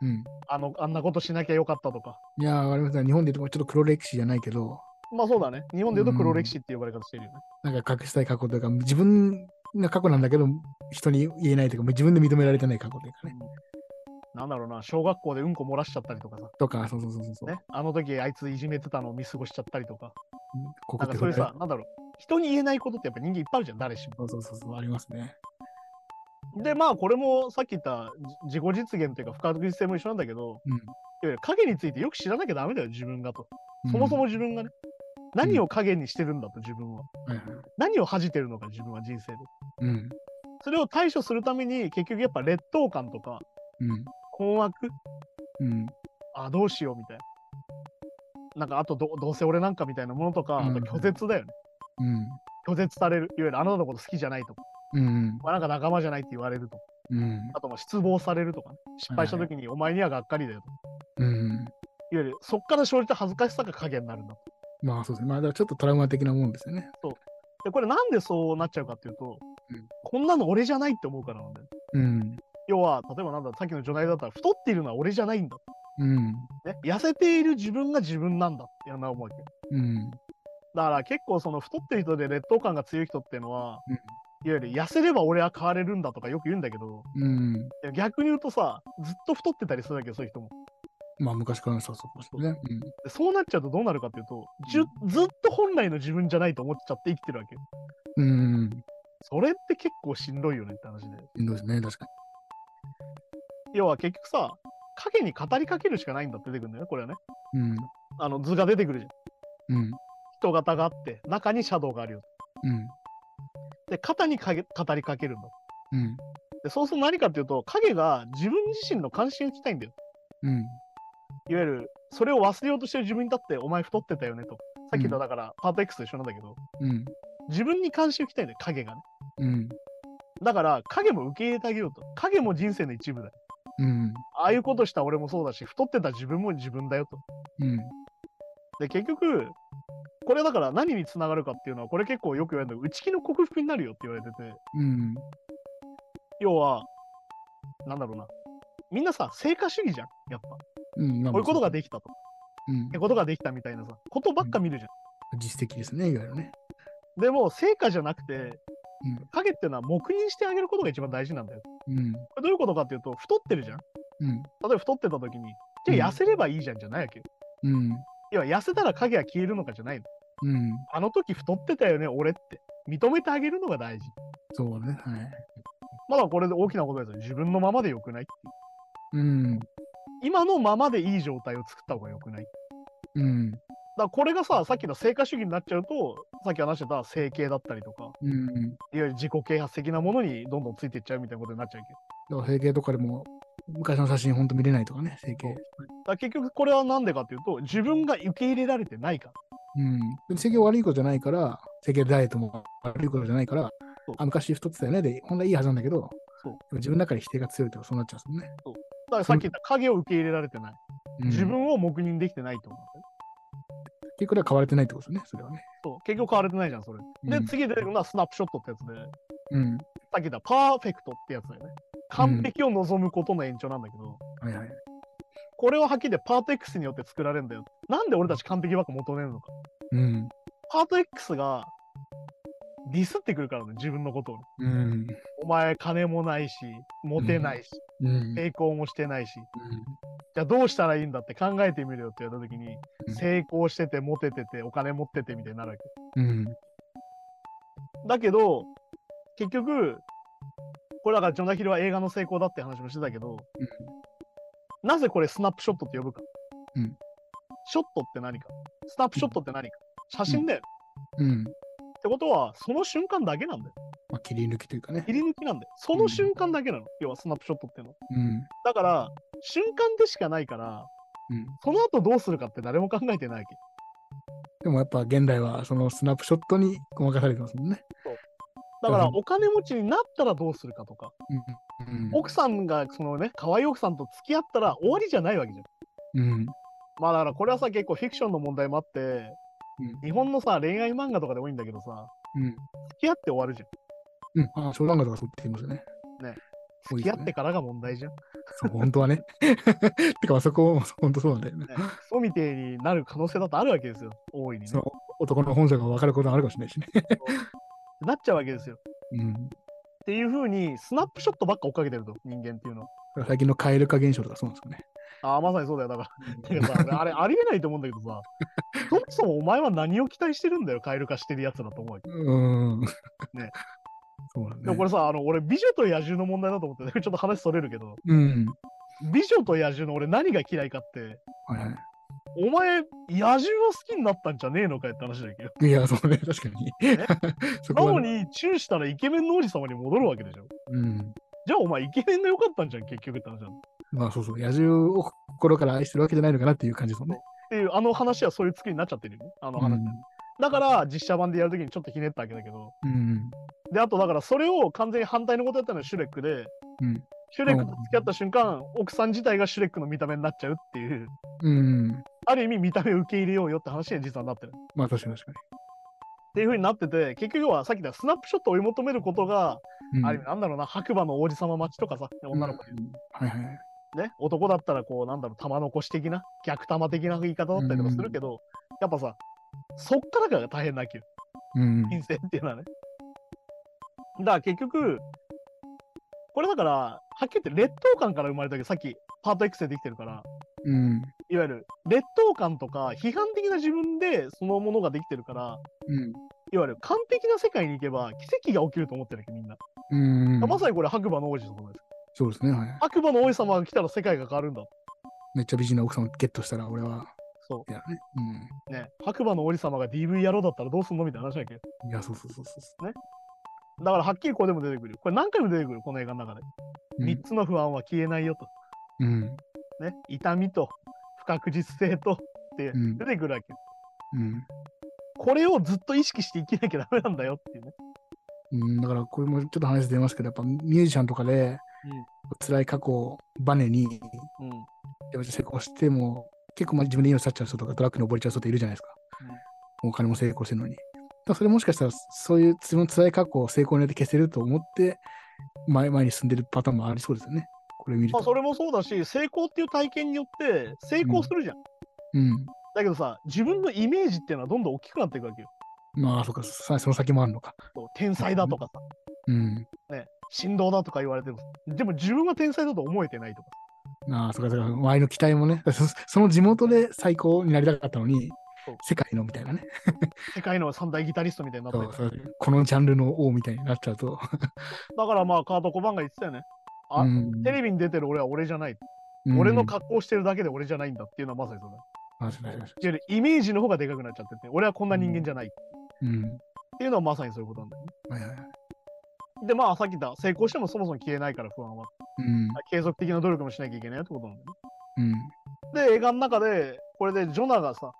Speaker 2: うん。
Speaker 1: あの、あんなことしなきゃよかったとか。
Speaker 2: いやー、わかりました。日本で言うとちょっと黒歴史じゃないけど、
Speaker 1: まあそうだね。日本で言うと黒歴史って呼ばれ方してるよね。
Speaker 2: なんか隠したい過去というか、自分が過去なんだけど、人に言えないというか、自分で認められてない過去というかね。
Speaker 1: なんだろうな、小学校でうんこ漏らしちゃったりとかさ、
Speaker 2: とか、そうそうそうそうそう。
Speaker 1: ね。あの時あいついじめてたのを見過ごしちゃったりとか。
Speaker 2: ここ
Speaker 1: なん
Speaker 2: っ
Speaker 1: か
Speaker 2: て
Speaker 1: そういう
Speaker 2: そう
Speaker 1: さ、なんだろう。人に言えないことってやっぱ人間いっぱいあるじゃん、誰しも。
Speaker 2: そうそうそう、ありますね。
Speaker 1: で、まあこれもさっき言ったじ自己実現というか不確実性も一緒なんだけど、
Speaker 2: うん
Speaker 1: いわゆる影についてよく知らなきゃダメだよ、自分がと。そもそ
Speaker 2: も、
Speaker 1: も自分がね。何を影にしてるんだと、自分は。
Speaker 2: はいはい
Speaker 1: 何を恥じてるのか、自分は人生で。
Speaker 2: うん。
Speaker 1: それを対処するために、結局やっぱ劣等感とか、
Speaker 2: うん。
Speaker 1: 困惑、
Speaker 2: うん。
Speaker 1: あ、どうしようみたいな。なんか、あとど、どうせ俺なんかみたいなものとか、あ
Speaker 2: うん
Speaker 1: と拒絶だよね。
Speaker 2: うん。
Speaker 1: 拒絶される。いわゆるあなたのこと好きじゃないとか、
Speaker 2: うん。
Speaker 1: まあ、なんか仲間じゃないって言われるとか、
Speaker 2: うん。
Speaker 1: あとまあ失望されるとかね、失敗した時にお前にはがっかりだよと。
Speaker 2: うん。
Speaker 1: いわゆる、そっから生じた恥ずかしさが影になるんだと。
Speaker 2: まあそうですね。まあだからちょっとトラウマ的なもんですよね。
Speaker 1: で、これなんでそうなっちゃうかっていうと、
Speaker 2: うん
Speaker 1: こんなの俺じゃないって思うからなんだよ。
Speaker 2: うん。
Speaker 1: 要は、例えばなんだ、さっきのジョナイだったら、太っているのは俺じゃないんだ。
Speaker 2: うん。
Speaker 1: ね、痩せている自分が自分なんだっていうのは思うわけ。
Speaker 2: うん。
Speaker 1: だから結構その太ってる人で劣等感が強い人っていうのは、いわゆる痩せれば俺は変われるんだとかよく言うんだけど、
Speaker 2: うん。
Speaker 1: 逆に言うとさ、ずっと太ってたりするわけよ、そういう人も。
Speaker 2: まあ、昔からのそうそうそうね。うん。
Speaker 1: でそうなっちゃうとどうなるかっていうと、じゅずっと本来の自分じゃないと思っちゃって生きてるわけよ。
Speaker 2: うん。
Speaker 1: それって結構しんどいよねって話で。
Speaker 2: しんどいですね、確か
Speaker 1: 要は結局さ、影に語りかけるしかないんだって出てくるんだよね、これはね。
Speaker 2: に。うん。
Speaker 1: あの図が出てくるじゃん。
Speaker 2: うん。
Speaker 1: 人型があって、中にシャドウがあるよ。
Speaker 2: うん。
Speaker 1: で、肩にかけ語りかけるんだ。
Speaker 2: うん。
Speaker 1: で、そうすると何かっていうと、影が自分自身の関心を聞きたいんだよ。
Speaker 2: うん。
Speaker 1: いわゆる、それを忘れようとしてる自分にだって、お前太ってたよねと。さっきのだから、パート X と一緒なんだけど、
Speaker 2: うん。
Speaker 1: 自分に関心を聞きたいんだよ、影がね。
Speaker 2: うん。
Speaker 1: だから、影も受け入れてあげようと。影も人生の一部だよ。
Speaker 2: うん。
Speaker 1: ああいうことした俺もそうだし、太ってた自分も自分だよと。
Speaker 2: うん。
Speaker 1: で、結局、これだから何につながるかっていうのは、これ結構よく言われるんだけど、内気の克服になるよって言われてて、
Speaker 2: うん。
Speaker 1: 要は、なんだろうな。みんなさ、成果主義じゃん、やっぱ。
Speaker 2: うん。まあ
Speaker 1: こういうことができたと。こ
Speaker 2: うん
Speaker 1: ういうことができたみたいなさ、ことばっか見るじゃん。
Speaker 2: 実績ですね、いわゆるね。
Speaker 1: でも、成果じゃなくて
Speaker 2: うん、
Speaker 1: 影っていうのは黙認してあげることが一番大事なんだよ。
Speaker 2: うん。
Speaker 1: これどういうことかっていうと、太ってるじゃん。
Speaker 2: う
Speaker 1: 例
Speaker 2: ん。
Speaker 1: えば太ってた時に、じゃあ痩せればいいじゃんじゃないわけよ。
Speaker 2: うん。
Speaker 1: 要は痩せたら影は消えるのかじゃないの。
Speaker 2: うん。
Speaker 1: あの時太ってたよね、俺って。認めてあげるのが大事。
Speaker 2: そうね。はい。
Speaker 1: まだこれで大きなことですよ。自分のままでよくないっていう
Speaker 2: うん。
Speaker 1: 今のままでいい状態を作った方がよくない。だか
Speaker 2: うん。
Speaker 1: らこれがさ、さっきの成果主義になっちゃうと、さっき話してた整形だったりとか、
Speaker 2: うん。
Speaker 1: いわゆる自己啓発的なものにどんどんついていっちゃうみたいなことになっちゃうけど。
Speaker 2: だから整形とかでも、昔の写真ほんと見れないとかね、整形。
Speaker 1: だから結局これはなんでかっていうと、自分が受け入れられてないから。
Speaker 2: うん。整形悪いことじゃないから、整形ダイエットも悪いことじゃないから
Speaker 1: そう、
Speaker 2: あ昔太ってたよねで、本来いいはずなんだけど、
Speaker 1: そう
Speaker 2: でも自分の中に否定が強いとかそうなっちゃうんですよね。
Speaker 1: だからさっき言った影を受け入れられてない。
Speaker 2: うん
Speaker 1: 自分を黙認できてないと思う。
Speaker 2: 結局は変われてないってことですね、それはね。
Speaker 1: そう結局変われてないじゃん、それ。で、
Speaker 2: うん
Speaker 1: 次出てくるのはスナップショットってやつで、
Speaker 2: うん。
Speaker 1: さっき言ったパーフェクトってやつだよね。完璧を望むことの延長なんだけど、
Speaker 2: はいはい。
Speaker 1: これははっきり言ってパート X によって作られるんだよ。なんで俺たち完璧ばっか求めるのか。
Speaker 2: うん。
Speaker 1: パート X がディスってくるからね、自分のことをね。
Speaker 2: うん。
Speaker 1: お前金もないし、モテないし、
Speaker 2: うん。
Speaker 1: 成功もしてないし、じゃあどうしたらいいんだって考えてみるよって言われた時に、
Speaker 2: うん
Speaker 1: 成功してて、モテてて、お金持っててみたいになるわけ。
Speaker 2: うん。
Speaker 1: だけど、結局、これだからジョナヒルは映画の成功だって話もしてたけど、なぜこれスナップショットって呼ぶか。
Speaker 2: うん
Speaker 1: ショットって何かスナップショットって何か写真だよ、
Speaker 2: うん。
Speaker 1: ってことは、その瞬間だけなんだよ。
Speaker 2: まあ、切り抜きというかね。
Speaker 1: 切り抜きなんだよ。その瞬間だけなの。要はスナップショットってのは。
Speaker 2: うん。
Speaker 1: だから、瞬間でしかないから、
Speaker 2: うん。
Speaker 1: その後どうするかって誰も考えてないわけ。
Speaker 2: でもやっぱ現代はそのスナップショットにごまかされてますもんね。
Speaker 1: だから、
Speaker 2: うん
Speaker 1: お金持ちになったらどうするかとか、
Speaker 2: うん。
Speaker 1: 奥さんが、そのね、可愛い奥さんと付き合ったら終わりじゃないわけじゃん。
Speaker 2: うん。
Speaker 1: まあだからこれはさ結構フィクションの問題もあって、
Speaker 2: うん
Speaker 1: 日本のさ恋愛漫画とかで多いんだけどさ
Speaker 2: うん。
Speaker 1: 付き合って終わるじゃ
Speaker 2: うん。ああ、商談画とかそうって言いますよね。
Speaker 1: ん
Speaker 2: 多
Speaker 1: 付
Speaker 2: い
Speaker 1: き
Speaker 2: で
Speaker 1: 合
Speaker 2: すね
Speaker 1: ってからが問題 じゃん、ね、
Speaker 2: そう、本当はね。 てか、そこ、本当そうなんだよね。
Speaker 1: クソみてえになる可能性だってあるわけですよ大いにね
Speaker 2: その男の本性が分かることもあるかもしれないしね。
Speaker 1: なっちゃうわけですよ
Speaker 2: うん。
Speaker 1: っていうふうにスナップショットばっか追っかけてると人間っていうのは
Speaker 2: 最近の蛙化現象とかそうなんです
Speaker 1: ああまさにそうだよだからて
Speaker 2: よね。
Speaker 1: かさ俺あれありえないと思うんだけど さそもそもお前は何を期待してるんだよカエル化してるやつだと思うわけ
Speaker 2: うん。ね。そうなん
Speaker 1: で
Speaker 2: だ、
Speaker 1: もこ
Speaker 2: ね。
Speaker 1: れさあの俺美女と野獣の問題だと思ってて ちょっと話それるけど
Speaker 2: うん。
Speaker 1: 美女と野獣の俺何が嫌いかって
Speaker 2: はいは
Speaker 1: お前、野獣を好きになったんじゃねえのかよって話だけど。
Speaker 2: い。いや、そうね、確かに。そ
Speaker 1: な
Speaker 2: こ
Speaker 1: の
Speaker 2: は、ね、
Speaker 1: に、チューしたらイケメンの王子様に戻るわけでしょ。
Speaker 2: うん。
Speaker 1: じゃあお前、イケメンでよかったんじゃん、結局って話なの。っ
Speaker 2: まあそうそう、野獣を心から愛してるわけじゃないのかなっていう感じですもんね。
Speaker 1: ていう、あの話はそういう作りになっちゃってるよね。あの話。だから、実写版でやるときにちょっとひねったわけだけど。
Speaker 2: うん。
Speaker 1: で、あと、だから、それを完全に反対のことやったのはシュレックで、
Speaker 2: うん
Speaker 1: シュレックと付き合った瞬間、奥さん自体がシュレックの見た目になっちゃうっていう、
Speaker 2: うん。
Speaker 1: ある意味見た目を受け入れようよって話に実はなってる。
Speaker 2: まあ確かに確か
Speaker 1: っていうふうになってて、結局はさっき言ったスナップショットを追い求めることが、
Speaker 2: に。うん、
Speaker 1: あれなんだろうな、白馬の王子様待ちとかさ、女の子に
Speaker 2: うんはいはい。
Speaker 1: ね、男だったらこう、なんだろう、玉残し的な、逆玉的な言い方だったりとかするけど、やっぱさ、そっからが大変なわけよ、
Speaker 2: うん。
Speaker 1: 人生っていうのはね。だから結局、これだから、はっきり言って劣等感から生まれたけど、さっきパート X でできてるから、
Speaker 2: うん。
Speaker 1: いわゆる劣等感とか批判的な自分でそのものができてるから、
Speaker 2: うん。
Speaker 1: いわゆる完璧な世界に行けば奇跡が起きると思ってるわけみんな。
Speaker 2: うん。
Speaker 1: まさにこれ白馬の王子のことです。
Speaker 2: そうですね、はい。
Speaker 1: 白馬の王子様が来たら世界が変わるんだ。
Speaker 2: めっちゃ美人な奥さんをゲットしたら、俺は。
Speaker 1: そ
Speaker 2: いや、ね。
Speaker 1: う。ね。白馬の王子様が DV 野郎だったらどうすんのみたいな話だけど。
Speaker 2: うん。いや、そうそうそうそうそ
Speaker 1: だからはっきりこれでも出てくる。これ何回も出てくる、この映画の中で。
Speaker 2: う。
Speaker 1: 3つの不安は消えないよと。
Speaker 2: うん。
Speaker 1: ね。痛みと不確実性とって
Speaker 2: うん
Speaker 1: 出てくるわけ。
Speaker 2: うん。
Speaker 1: これをずっと意識して生きなきゃダメなんだよっていうね。
Speaker 2: うん、だからこれもちょっと話出ますけど、やっぱミュージシャンとかで、辛い過去をバネに、
Speaker 1: うん。うん。
Speaker 2: やっぱ成功しても、結構まあ自分で命去っちゃう人とか、トラックに溺れちゃう人っているじゃないですか。もうお金も成功してるのに。だからそれもしかしたら、そういうその辛い過去を成功によって消せると思って、前前に進んでるパターンもありそうですよね。これ見る
Speaker 1: まあ、
Speaker 2: と。
Speaker 1: それもそうだし、成功っていう体験によって成功するじゃん。
Speaker 2: うん。
Speaker 1: だけどさ、自分のイメージっていうのはどんどん大きくなっていくわけよ。
Speaker 2: まあ、そうか、さその先もあるのか。
Speaker 1: そう天才だとか
Speaker 2: うん。
Speaker 1: さ、ね、振動だとか言われても、でも自分は天才だと思えてないとか。
Speaker 2: ああ、そうか、そうか、前の期待もね、 そその地元で最高になりたかったのに
Speaker 1: そう、
Speaker 2: 世界のみたいなね。
Speaker 1: 世界の三大ギタリストみたいになって
Speaker 2: そう
Speaker 1: る
Speaker 2: そうこのジャンルの王みたいになっちゃうと。
Speaker 1: だからまあ、カート・コバンが言ってたよね。あ
Speaker 2: うん
Speaker 1: テレビに出てる俺は俺じゃない。
Speaker 2: うん
Speaker 1: 俺の格好してるだけで俺じゃないんだっていうのはまさにそうだ。
Speaker 2: あそうそうそう
Speaker 1: いわゆるイメージの方がでかくなっちゃってて、俺はこんな人間じゃないっ
Speaker 2: うん。
Speaker 1: ていうのはまさにそういうことなんだよね。
Speaker 2: はいはいはい。
Speaker 1: で、まあ、さっき言った、成功してもそもそも消えないから不安は。
Speaker 2: うん。
Speaker 1: 継続的な努力もしなきゃいけないってことなんだよね。
Speaker 2: うん。
Speaker 1: で、映画の中で、これでジョナがさ、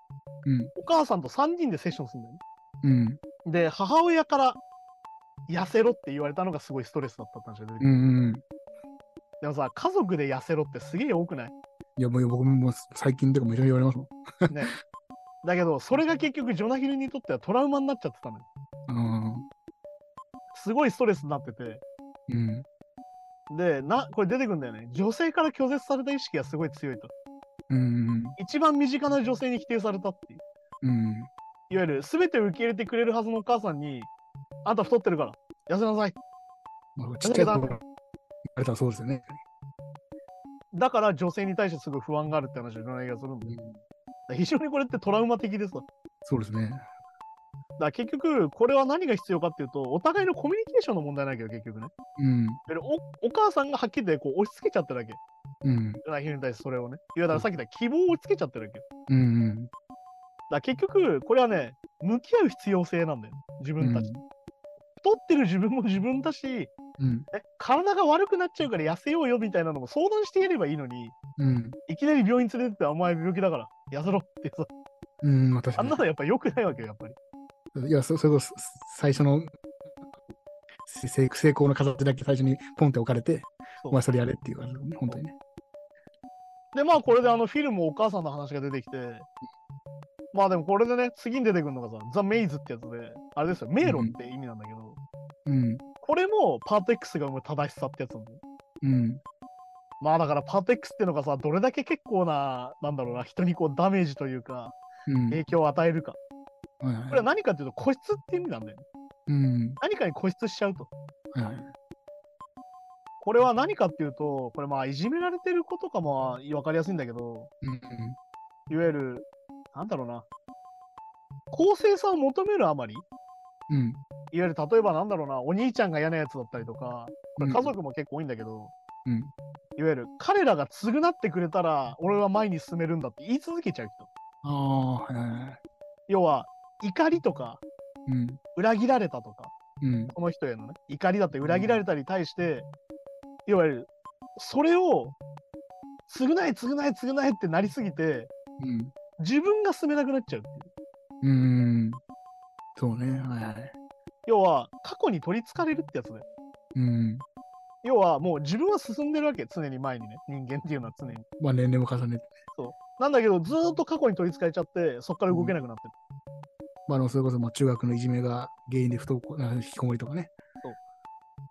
Speaker 2: うん
Speaker 1: お母さんと3人でセッションするんだよ
Speaker 2: うん。
Speaker 1: ね。で、母親から、痩せろって言われたのがすごいストレスだったって話が出てく
Speaker 2: う
Speaker 1: る。
Speaker 2: ん。うん。
Speaker 1: でもさ、家族で痩せろってすげえ多くない
Speaker 2: いや、もう僕ももう最近とかめちゃめちゃ言われますもん。
Speaker 1: ね。だけど、それが結局、ジョナヒルにとってはトラウマになっちゃってたのよ。
Speaker 2: あ
Speaker 1: すごいストレスになってて。
Speaker 2: ーうん。
Speaker 1: で、な、これ出てくるんだよね。女性から拒絶された意識がすごい強いと。
Speaker 2: うん。
Speaker 1: 一番身近な女性に否定されたっていう。
Speaker 2: うん。
Speaker 1: いわゆる、全てを受け入れてくれるはずのお母さんに、あんた太ってるから、痩せなさい。
Speaker 2: まあ、ちっちゃい頃から言われたらそうですよね。
Speaker 1: だから女性に対してすごい不安があるって話をいろんな映画するんで、非常にこれってトラウマ的ですわ。だか
Speaker 2: そうですね。
Speaker 1: ら結局、これは何が必要かっていうと、お互いのコミュニケーションの問題なんだけど、結局ね。
Speaker 2: うん。
Speaker 1: でおお母さんがはっきりでこう押し付けちゃってるわけ。
Speaker 2: うん。
Speaker 1: ラヒルに対してそれをね。いや、だからさっき言った希望を押し付けちゃってるわけよ。だ
Speaker 2: うん。
Speaker 1: から結局、これはね、向き合う必要性なんだよ。自
Speaker 2: う
Speaker 1: 分
Speaker 2: ん。
Speaker 1: たち。太ってる自分も自分だし、ね
Speaker 2: うん。
Speaker 1: 体が悪くなっちゃうから痩せようよみたいなのも相談してやればいいのに、
Speaker 2: うん。
Speaker 1: いきなり病院連れてって、お前病気だから、痩せろってさ、
Speaker 2: うん。まあ、確
Speaker 1: あ
Speaker 2: か
Speaker 1: ん
Speaker 2: に
Speaker 1: な。のやっぱ良くないわけよ、やっぱり。
Speaker 2: いや、そそれこそ最初のせ成成功の形だけ最初にポンって置かれて、
Speaker 1: そう
Speaker 2: お前それやれっていう感じだもんね、本当にね。
Speaker 1: でまあこれであのフィルムお母さんの話が出てきてまあでもこれでね次に出てくるのがさ「ザ・メイズ」ってやつであれですよ迷路って意味なんだけど、
Speaker 2: うん。
Speaker 1: これもパート X が生む正しさってやつなんだよ
Speaker 2: うん。
Speaker 1: まあだからパート X っていうのがさどれだけ結構ななんだろうな人にこうダメージというか
Speaker 2: うん。
Speaker 1: 影響を与えるかこれ
Speaker 2: はい
Speaker 1: は
Speaker 2: はい。
Speaker 1: 何かっていうと固執って意味なんだよね
Speaker 2: うん。
Speaker 1: 何かに固執しちゃうと
Speaker 2: はいはい。
Speaker 1: これは何かっていうとこれまあいじめられてる子とかも分かりやすいんだけど
Speaker 2: うん。
Speaker 1: いわゆるなんだろうな公正さを求めるあまり
Speaker 2: うん。
Speaker 1: いわゆる例えばなんだろうな、お兄ちゃんが嫌なやつだったりとか、これ家族も結構多いんだけど、
Speaker 2: うん。
Speaker 1: いわゆる彼らが償ってくれたら、俺は前に進めるんだって言い続けちゃう人。
Speaker 2: ああ、はいはいはい。
Speaker 1: 要は、怒りとか、
Speaker 2: うん。
Speaker 1: 裏切られたとか、
Speaker 2: うん。
Speaker 1: この人へのね、怒りだって裏切られたり対して、いわゆる、それを、償え、償え、償えってなりすぎて、
Speaker 2: うん。
Speaker 1: 自分が進めなくなっちゃうっていう。
Speaker 2: うん。そうね。はいはい。
Speaker 1: 要は、過去に取りつかれるってやつだよ。
Speaker 2: うん。
Speaker 1: 要は、もう自分は進んでるわけ、常に前にね、人間っていうのは常に。
Speaker 2: まあ年齢も重ねて。
Speaker 1: なんだけど、ずーっと過去に取り憑かれちゃって、そこから動けなくなってる。
Speaker 2: まあ、あのそれこそまあ中学のいじめが原因で不登校、なんか引きこもりとかね。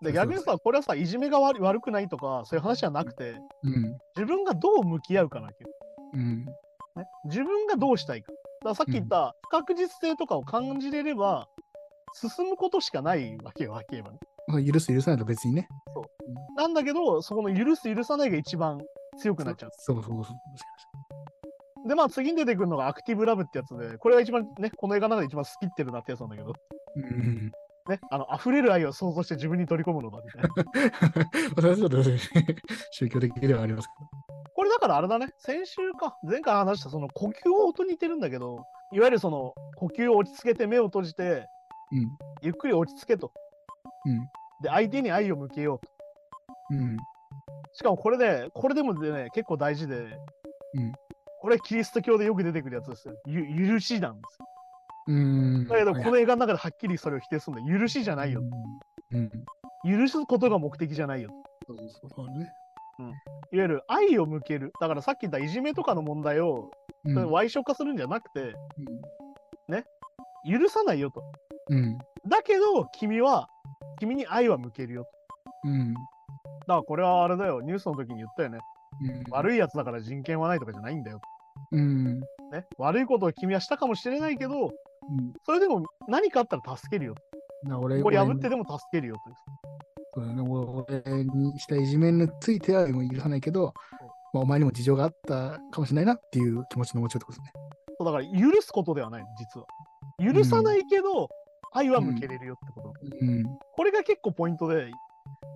Speaker 1: で逆にさ、これはさ、いじめが悪悪くないとか、そういう話じゃなくて、
Speaker 2: うん。
Speaker 1: 自分がどう向き合うかなけど、
Speaker 2: うん。
Speaker 1: ね、自分がどうしたいか。だからさっき言った不確実性とかを感じれれば、進むことしかないわけよ、はっきり言えばね。
Speaker 2: まあ許す許さないと別にね。
Speaker 1: なんだけど、そこの許す、許さないが一番強くなっちゃう。
Speaker 2: そうそうそう。
Speaker 1: で、まあ次に出てくるのがアクティブラブってやつで、これが一番ね、この映画の中で一番好きってるなってやつなんだけど、
Speaker 2: うん。
Speaker 1: ね、あの、溢れる愛を想像して自分に取り込むのだみたいな。
Speaker 2: それはちょっとね宗教的ではあります
Speaker 1: これだからあれだね、先週か、前回話したその呼吸を音に似てるんだけど、いわゆるその呼吸を落ち着けて目を閉じて、
Speaker 2: けど。
Speaker 1: ゆっくり落ち着けと。
Speaker 2: うん
Speaker 1: で、相手に愛を向けようと。
Speaker 2: うん。うん。
Speaker 1: しかもこれで、これでもでね、結構大事で、
Speaker 2: うん
Speaker 1: これキリスト教でよく出てくるやつですよ。ゆ許しなんですよ。
Speaker 2: うん。
Speaker 1: だけど、
Speaker 2: はい
Speaker 1: この映画の中ではっきりそれを否定するんだ。許しじゃないよ。。
Speaker 2: うん。
Speaker 1: 許すことが目的じゃないよ。
Speaker 2: そうそうそうね。
Speaker 1: いわゆる愛を向ける。だからさっき言ったいじめとかの問題を、
Speaker 2: うん
Speaker 1: それ歪償化するんじゃなくて、許さないよと。
Speaker 2: うん。
Speaker 1: だけど、君は、君に愛は向けるよと。
Speaker 2: うん。
Speaker 1: だからこれはあれだよ、ニュースの時に言ったよね。
Speaker 2: うん。
Speaker 1: 悪いやつだから人権はないとかじゃないんだよ。
Speaker 2: うん。
Speaker 1: ね、悪いことを君はしたかもしれないけど、それでも何かあったら助けるよ。
Speaker 2: な俺
Speaker 1: これ破って
Speaker 2: 俺
Speaker 1: でも助けるよという。
Speaker 2: そうだね俺俺にしたいじめについては許さないけど、まあ、お前にも事情があったかもしれないなっていう気持ちの持ちようってことですね。
Speaker 1: そうだから許すことではないの、実は。許さないけど、愛は向けれるよってこと。
Speaker 2: うん
Speaker 1: これが結構ポイントで、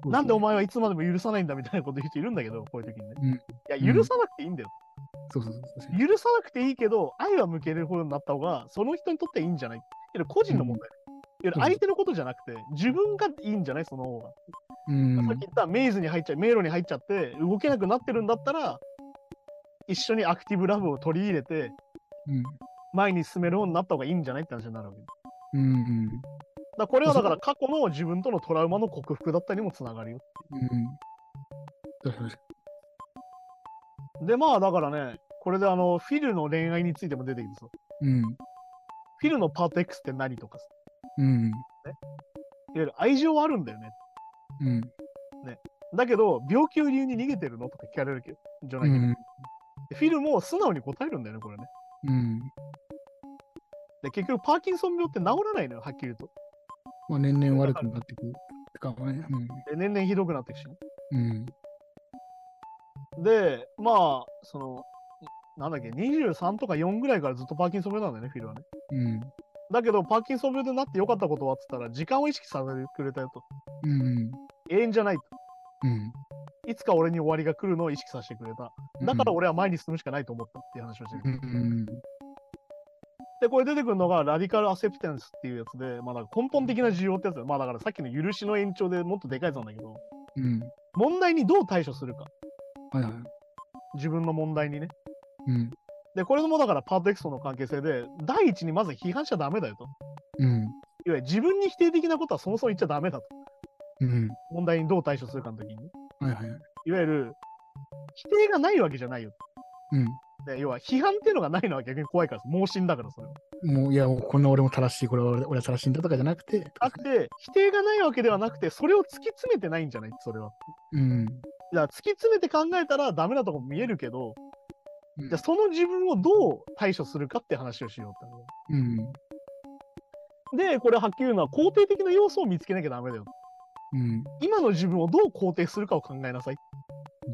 Speaker 1: なんでお前はいつまでも許さないんだみたいなこと言う人いるんだけど、こういう時にね。
Speaker 2: うん
Speaker 1: いや、許さなくていいんだよ。
Speaker 2: そうそうそうそう。
Speaker 1: 許さなくていいけど、愛は向ける方になった方が、その人にとっていいんじゃないいわゆる個人の問題。いわゆる相手のことじゃなくて、自分がいいんじゃないその方が。
Speaker 2: うん
Speaker 1: さっき言ったメイズに入っちゃう、迷路に入っちゃって、動けなくなってるんだったら、一緒にアクティブラブを取り入れて、
Speaker 2: うん
Speaker 1: 前に進めるようになった方がいいんじゃないって話になるわけ。だか
Speaker 2: うん
Speaker 1: らこれはだから過去の自分とのトラウマの克服だったりもつながるよ。
Speaker 2: うんそうそうそう
Speaker 1: で、まあだからね、これであの、フィルの恋愛についても出てきてさ、
Speaker 2: うん
Speaker 1: フィルのパート X って何とかさ、
Speaker 2: うん
Speaker 1: いわゆる愛情はあるんだよね。
Speaker 2: うん
Speaker 1: だけど、病気を理由に逃げてるのとか聞かれるけど、じゃないけど、
Speaker 2: うん
Speaker 1: でフィルも素直に答えるんだよね、これね。
Speaker 2: うん
Speaker 1: で、結局、パーキンソン病って治らないのよ、はっきり言うと。
Speaker 2: まあ年々悪くなってくるかもね。
Speaker 1: で年々ひどくなっていくしね、
Speaker 2: うんうん
Speaker 1: で、まあ、その、なんだっけ、23とか4ぐらいからずっとパーキンソン病なんだよね、フィルはね。
Speaker 2: うん
Speaker 1: だけど、パーキンソン病でなってよかったことはっつったら、時間を意識させてくれたよと。
Speaker 2: うん
Speaker 1: 永遠じゃないと。
Speaker 2: うん
Speaker 1: いつか俺に終わりが来るのを意識させてくれた。だから俺は前に進むしかないと思ったっていう話をしてる。
Speaker 2: うん
Speaker 1: で、これ出てくるのが、ラディカルアセプテンスっていうやつで、まあ、だから根本的な需要ってやつだよまあ、だからさっきの許しの延長でもっとでかいやつなんだけど、
Speaker 2: うん
Speaker 1: 問題にどう対処するか。
Speaker 2: はいはい
Speaker 1: 自分の問題にね。
Speaker 2: うん
Speaker 1: で、これもだからパートエクストの関係性で、第一にまず批判しちゃダメだよと。
Speaker 2: うん
Speaker 1: いわゆる自分に否定的なことはそもそも言っちゃダメだと。
Speaker 2: うん
Speaker 1: 問題にどう対処するかの時に。
Speaker 2: はいはい
Speaker 1: いわゆる、否定がないわけじゃないよ。
Speaker 2: うん
Speaker 1: で要は、批判っていうのがないのは逆に怖いから、盲信だからそれは。
Speaker 2: もういやもうこんな俺も正しいこれは俺俺は正しいんだとかじゃなくて
Speaker 1: なくて、否定がないわけではなくて、それを突き詰めてないんじゃないそれは。
Speaker 2: うん
Speaker 1: だから突き詰めて考えたらダメなとこも見えるけど、
Speaker 2: うん
Speaker 1: じゃあその自分をどう対処するかって話をしようって
Speaker 2: うん
Speaker 1: 話で、これはっきり言うのは肯定的な要素を見つけなきゃダメだよ。
Speaker 2: うん
Speaker 1: 今の自分をどう肯定するかを考えなさい。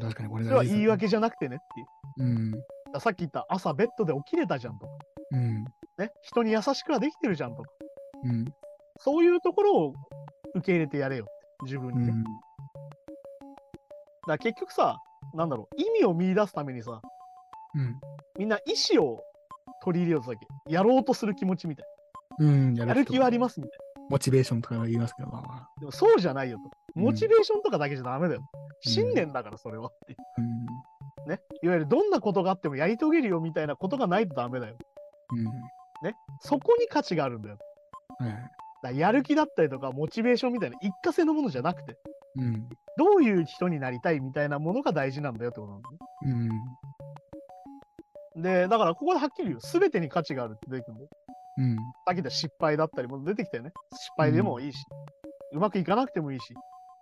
Speaker 2: 確かにこれ
Speaker 1: それは
Speaker 2: 大事です
Speaker 1: 言い訳じゃなくてねっていう。
Speaker 2: うん
Speaker 1: だからさっき言った朝ベッドで起きれたじゃんとか、
Speaker 2: うん
Speaker 1: ね、人に優しくはできてるじゃんとか、
Speaker 2: うん
Speaker 1: そういうところを受け入れてやれよって自分にね。
Speaker 2: う
Speaker 1: だか
Speaker 2: ん
Speaker 1: ら結局さ、なんだろう、意味を見出すためにさ、
Speaker 2: うん
Speaker 1: みんな意思を取り入れようとだけ。やろうとする気持ちみたい。
Speaker 2: うんや
Speaker 1: やる気はありますすみたい。
Speaker 2: モチベーションとか言いますけどまあまあ
Speaker 1: でもそうじゃないよと。
Speaker 2: うん
Speaker 1: モチベーションとかだけじゃダメだよ。
Speaker 2: うん
Speaker 1: 信念だからそれはっていう
Speaker 2: うん
Speaker 1: ね。いわゆるどんなことがあってもやり遂げるよみたいなことがないとダメだよ。
Speaker 2: うん
Speaker 1: そこに価値があるんだよ。
Speaker 2: はいは
Speaker 1: だ
Speaker 2: い
Speaker 1: からやる気だったりとかモチベーションみたいな一過性のものじゃなくて、
Speaker 2: うん
Speaker 1: どういう人になりたいみたいなものが大事なんだよってことなんだね
Speaker 2: うん
Speaker 1: で、だからここではっきり言う。すべてに価値があるって出てくるんだよ。
Speaker 2: うん
Speaker 1: さっき言った失敗だったりも出てきたよね。失敗でもいいし、うまくいかなくてもいいし、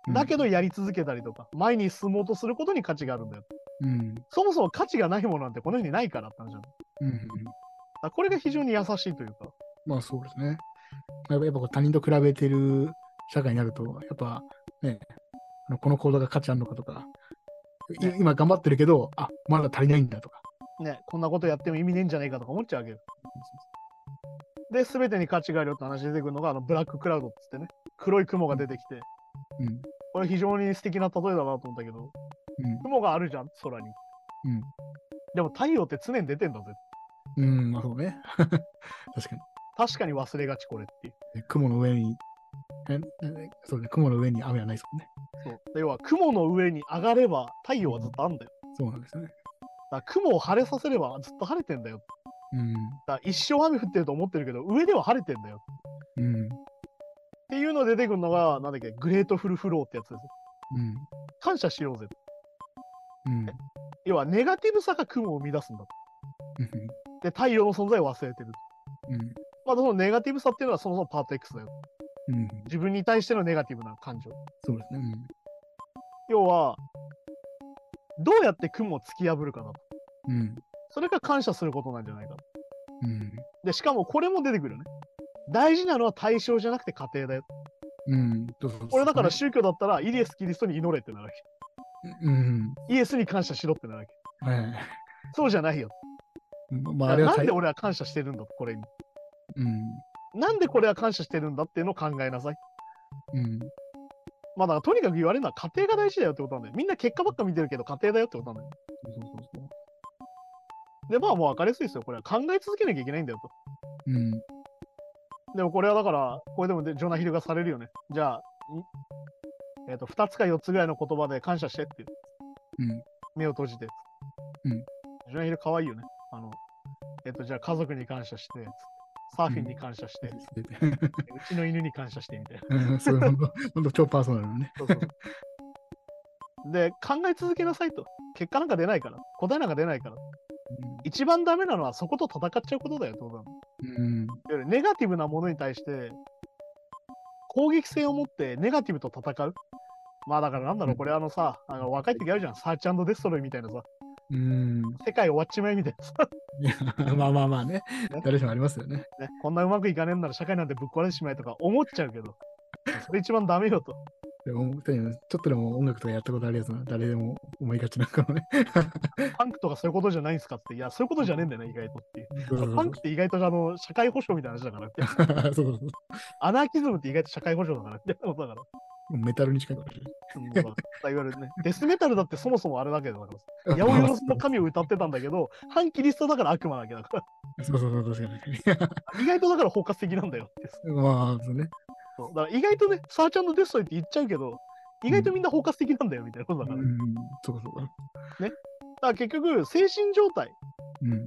Speaker 2: うん
Speaker 1: だけどやり続けたりとか、前に進もうとすることに価値があるんだよ。
Speaker 2: うん。
Speaker 1: そもそも価値がないものなんてこの世にないからって話なんだ
Speaker 2: うん。
Speaker 1: あこれが非常に優しいというか、
Speaker 2: まあそうですね。やっぱやっぱこう他人と比べてる社会になると、やっぱね、あのこの行動が価値あるのかとか、い
Speaker 1: ね
Speaker 2: 今頑張ってるけど、あまだ足りないんだとか。
Speaker 1: ね、こんなことやっても意味ねえんじゃないかとか思っちゃうわけよ。で、全てに価値があるよって話で出てくるのが、あのブラッククラウドっつってね、黒い雲が出てきて、
Speaker 2: うん。
Speaker 1: これ非常に素敵な例えだなと思ったけど、雲があるじゃん、空に。
Speaker 2: うん
Speaker 1: でも太陽って常に出てんだぜ。
Speaker 2: うん。うん、まあそうね。 確かに。
Speaker 1: 確かに忘れがちこれっていう。
Speaker 2: で雲の上に、ええそうね、雲の上に雨はないですもんね。
Speaker 1: そうで要は雲の上に上がれば太陽はずっとあんだよ。
Speaker 2: そうなんですよね。
Speaker 1: だから雲を晴れさせればずっと晴れてんだよ。だから一生雨降ってると思ってるけど、上では晴れてんだよ。
Speaker 2: うん。うん。
Speaker 1: っていうの出てくるのが、なんだっけ、グレートフルフローってやつですよ。
Speaker 2: うん。
Speaker 1: 感謝しようぜ。
Speaker 2: うん。
Speaker 1: 要はネガティブさが雲を生み出すんだ。
Speaker 2: うん
Speaker 1: で、太陽の存在を忘れてる。
Speaker 2: うん。
Speaker 1: まあ、そのネガティブさっていうのはそもそもパート X だよ。
Speaker 2: うん。
Speaker 1: 自分に対してのネガティブな感情。
Speaker 2: そうですね。
Speaker 1: 要は、どうやって雲を突き破るかなと。
Speaker 2: うん。うん。
Speaker 1: それが感謝することなんじゃないかと。
Speaker 2: うん。
Speaker 1: で、しかもこれも出てくるよね。大事なのは対象じゃなくて家庭だよ。
Speaker 2: うん。そうそうそう
Speaker 1: これだから宗教だったら、イエス・キリストに祈れってなるわ
Speaker 2: うん。
Speaker 1: け。イエスに感謝しろってなるわけ。
Speaker 2: はい。
Speaker 1: そうじゃないよ。
Speaker 2: まあ、あれは
Speaker 1: なん
Speaker 2: 大
Speaker 1: で俺は感謝してるんだと、これに。
Speaker 2: うん。
Speaker 1: なんでこれは感謝してるんだっていうのを考えなさい。
Speaker 2: うん。
Speaker 1: まあだからとにかく言われるのは家庭が大事だよってことなんだよ。みんな結果ばっか見てるけど家庭だよってことなんだよ。
Speaker 2: そうそうそう
Speaker 1: で、まあもう分かりやすいですよ。これは考え続けなきゃいけないんだよと。
Speaker 2: そう。うん。
Speaker 1: でもこれはだから、これでもでジョナヒルがされるよね。じゃあ、んえっ、と、2つか4つぐらいの言葉で感謝してっていう。
Speaker 2: うん。
Speaker 1: 目を閉じて。
Speaker 2: うん
Speaker 1: ジョナヒル可愛いよね。あの、えっ、と、じゃあ家族に感謝して、サーフィンに感謝して、うちの犬に感謝して みたいな。
Speaker 2: うんそう、本当本当超パーソナルなね。
Speaker 1: そうそうで、考え続けなさいと。結果なんか出ないから。答えなんか出ないから。一番ダメなのはそこと戦っちゃうことだよってことなの。いわ
Speaker 2: うん。
Speaker 1: ゆるネガティブなものに対して、攻撃性を持ってネガティブと戦う。まあだからなんだろう、
Speaker 2: うん
Speaker 1: これあのさ、あの若い時あるじゃん、サーチデストロイみたいなさ、
Speaker 2: うん。
Speaker 1: 世界終わっちまえみたいなさ、
Speaker 2: いやまあまあまあね。誰しもありますよね。
Speaker 1: ね、こんなうまくいかねえんなら社会なんてぶっ壊れてしまえとか思っちゃうけど、それ一番ダメよと。
Speaker 2: でもちょっとでも音楽とかやったことあるやつなら誰でも思いがちなんかもね。
Speaker 1: パンクとかそういうことじゃないんすかって、いや、そういうことじゃねえんだよね、意外とっていう。
Speaker 2: そうそう
Speaker 1: パ
Speaker 2: そう
Speaker 1: ンクって意外とあの社会保障みたいな話だからって。
Speaker 2: そうそうそ
Speaker 1: アナーキズムって意外と社会保障だからみたいなことだ から。
Speaker 2: う。メタルに近いかもしれない。
Speaker 1: うんまあいわゆるね、デスメタルだってそもそもあれだけどだから。八百万の神を歌ってたんだけど、反キリストだから悪魔だけだか。
Speaker 2: そうそうそう、確から
Speaker 1: 意外とだから包括的なんだよって。
Speaker 2: に。まあ、そうね。
Speaker 1: そうだから意外とね、サーチャンのデストリーって言っちゃうけど、意外とみんな包括的なんだよみたいなことだか
Speaker 2: う
Speaker 1: ら。だ
Speaker 2: ん。そうそうそう。
Speaker 1: から結局、精神状態、
Speaker 2: うん。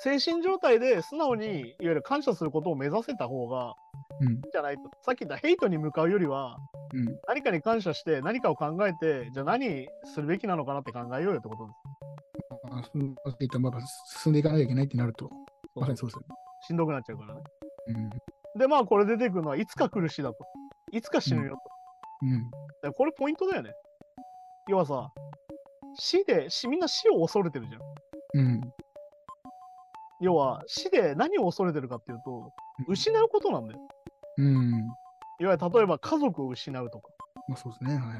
Speaker 1: 精神状態で素直にいわゆる感謝することを目指せた方が、
Speaker 2: うん。
Speaker 1: じゃないと。さっき言ったヘイトに向かうよりは、
Speaker 2: うん。
Speaker 1: 何かに感謝して、何かを考えて、じゃあ何するべきなのかなって考えようよってことです。
Speaker 2: まあ、そのさっき言ったまだ進んでいかなきゃいけないってなると、まさにそうですよ
Speaker 1: しんどくなっちゃうからね。
Speaker 2: ね。
Speaker 1: で、まあ、これ出てくるのは、いつか苦しだと。いつか死ぬよと。
Speaker 2: うん。うん。
Speaker 1: だからこれポイントだよね。要はさ、死で、死みんな死を恐れてるじゃん。
Speaker 2: うん。
Speaker 1: 要は、死で何を恐れてるかっていうと、
Speaker 2: うん
Speaker 1: 失うことなんだよ。
Speaker 2: うん。
Speaker 1: いわゆる例えば家族を失うとか、
Speaker 2: まあそうですね。はい。
Speaker 1: いわ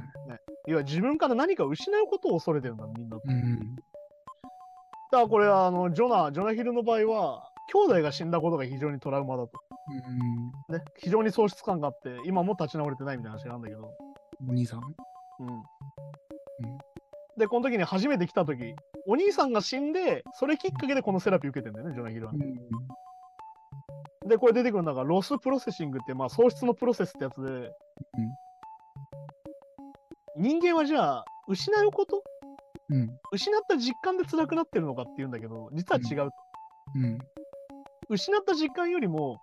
Speaker 1: ゆる自分から何かを失うことを恐れてるんだ、みんな。だか
Speaker 2: うん。
Speaker 1: らこれは、あの、ジョナ、ジョナヒルの場合は、兄弟が死んだことが非常にトラウマだと。ね、非常に喪失感があって、今も立ち直れてないみたいな話なんだけど。
Speaker 2: うん。お兄さん。
Speaker 1: うんで、この時に初めて来た時、お兄さんが死んで、それきっかけでこのセラピー受けてんだよね、ジョナヒルは
Speaker 2: う
Speaker 1: ね。
Speaker 2: ん。
Speaker 1: で、これ出てくるのが、ロスプロセッシングって、まあ、喪失のプロセスってやつで、人間はじゃあ、失うこと
Speaker 2: うん。
Speaker 1: 失った実感で辛くなってるのかっていうんだけど、実は違う。
Speaker 2: うん。
Speaker 1: 失った実感よりも、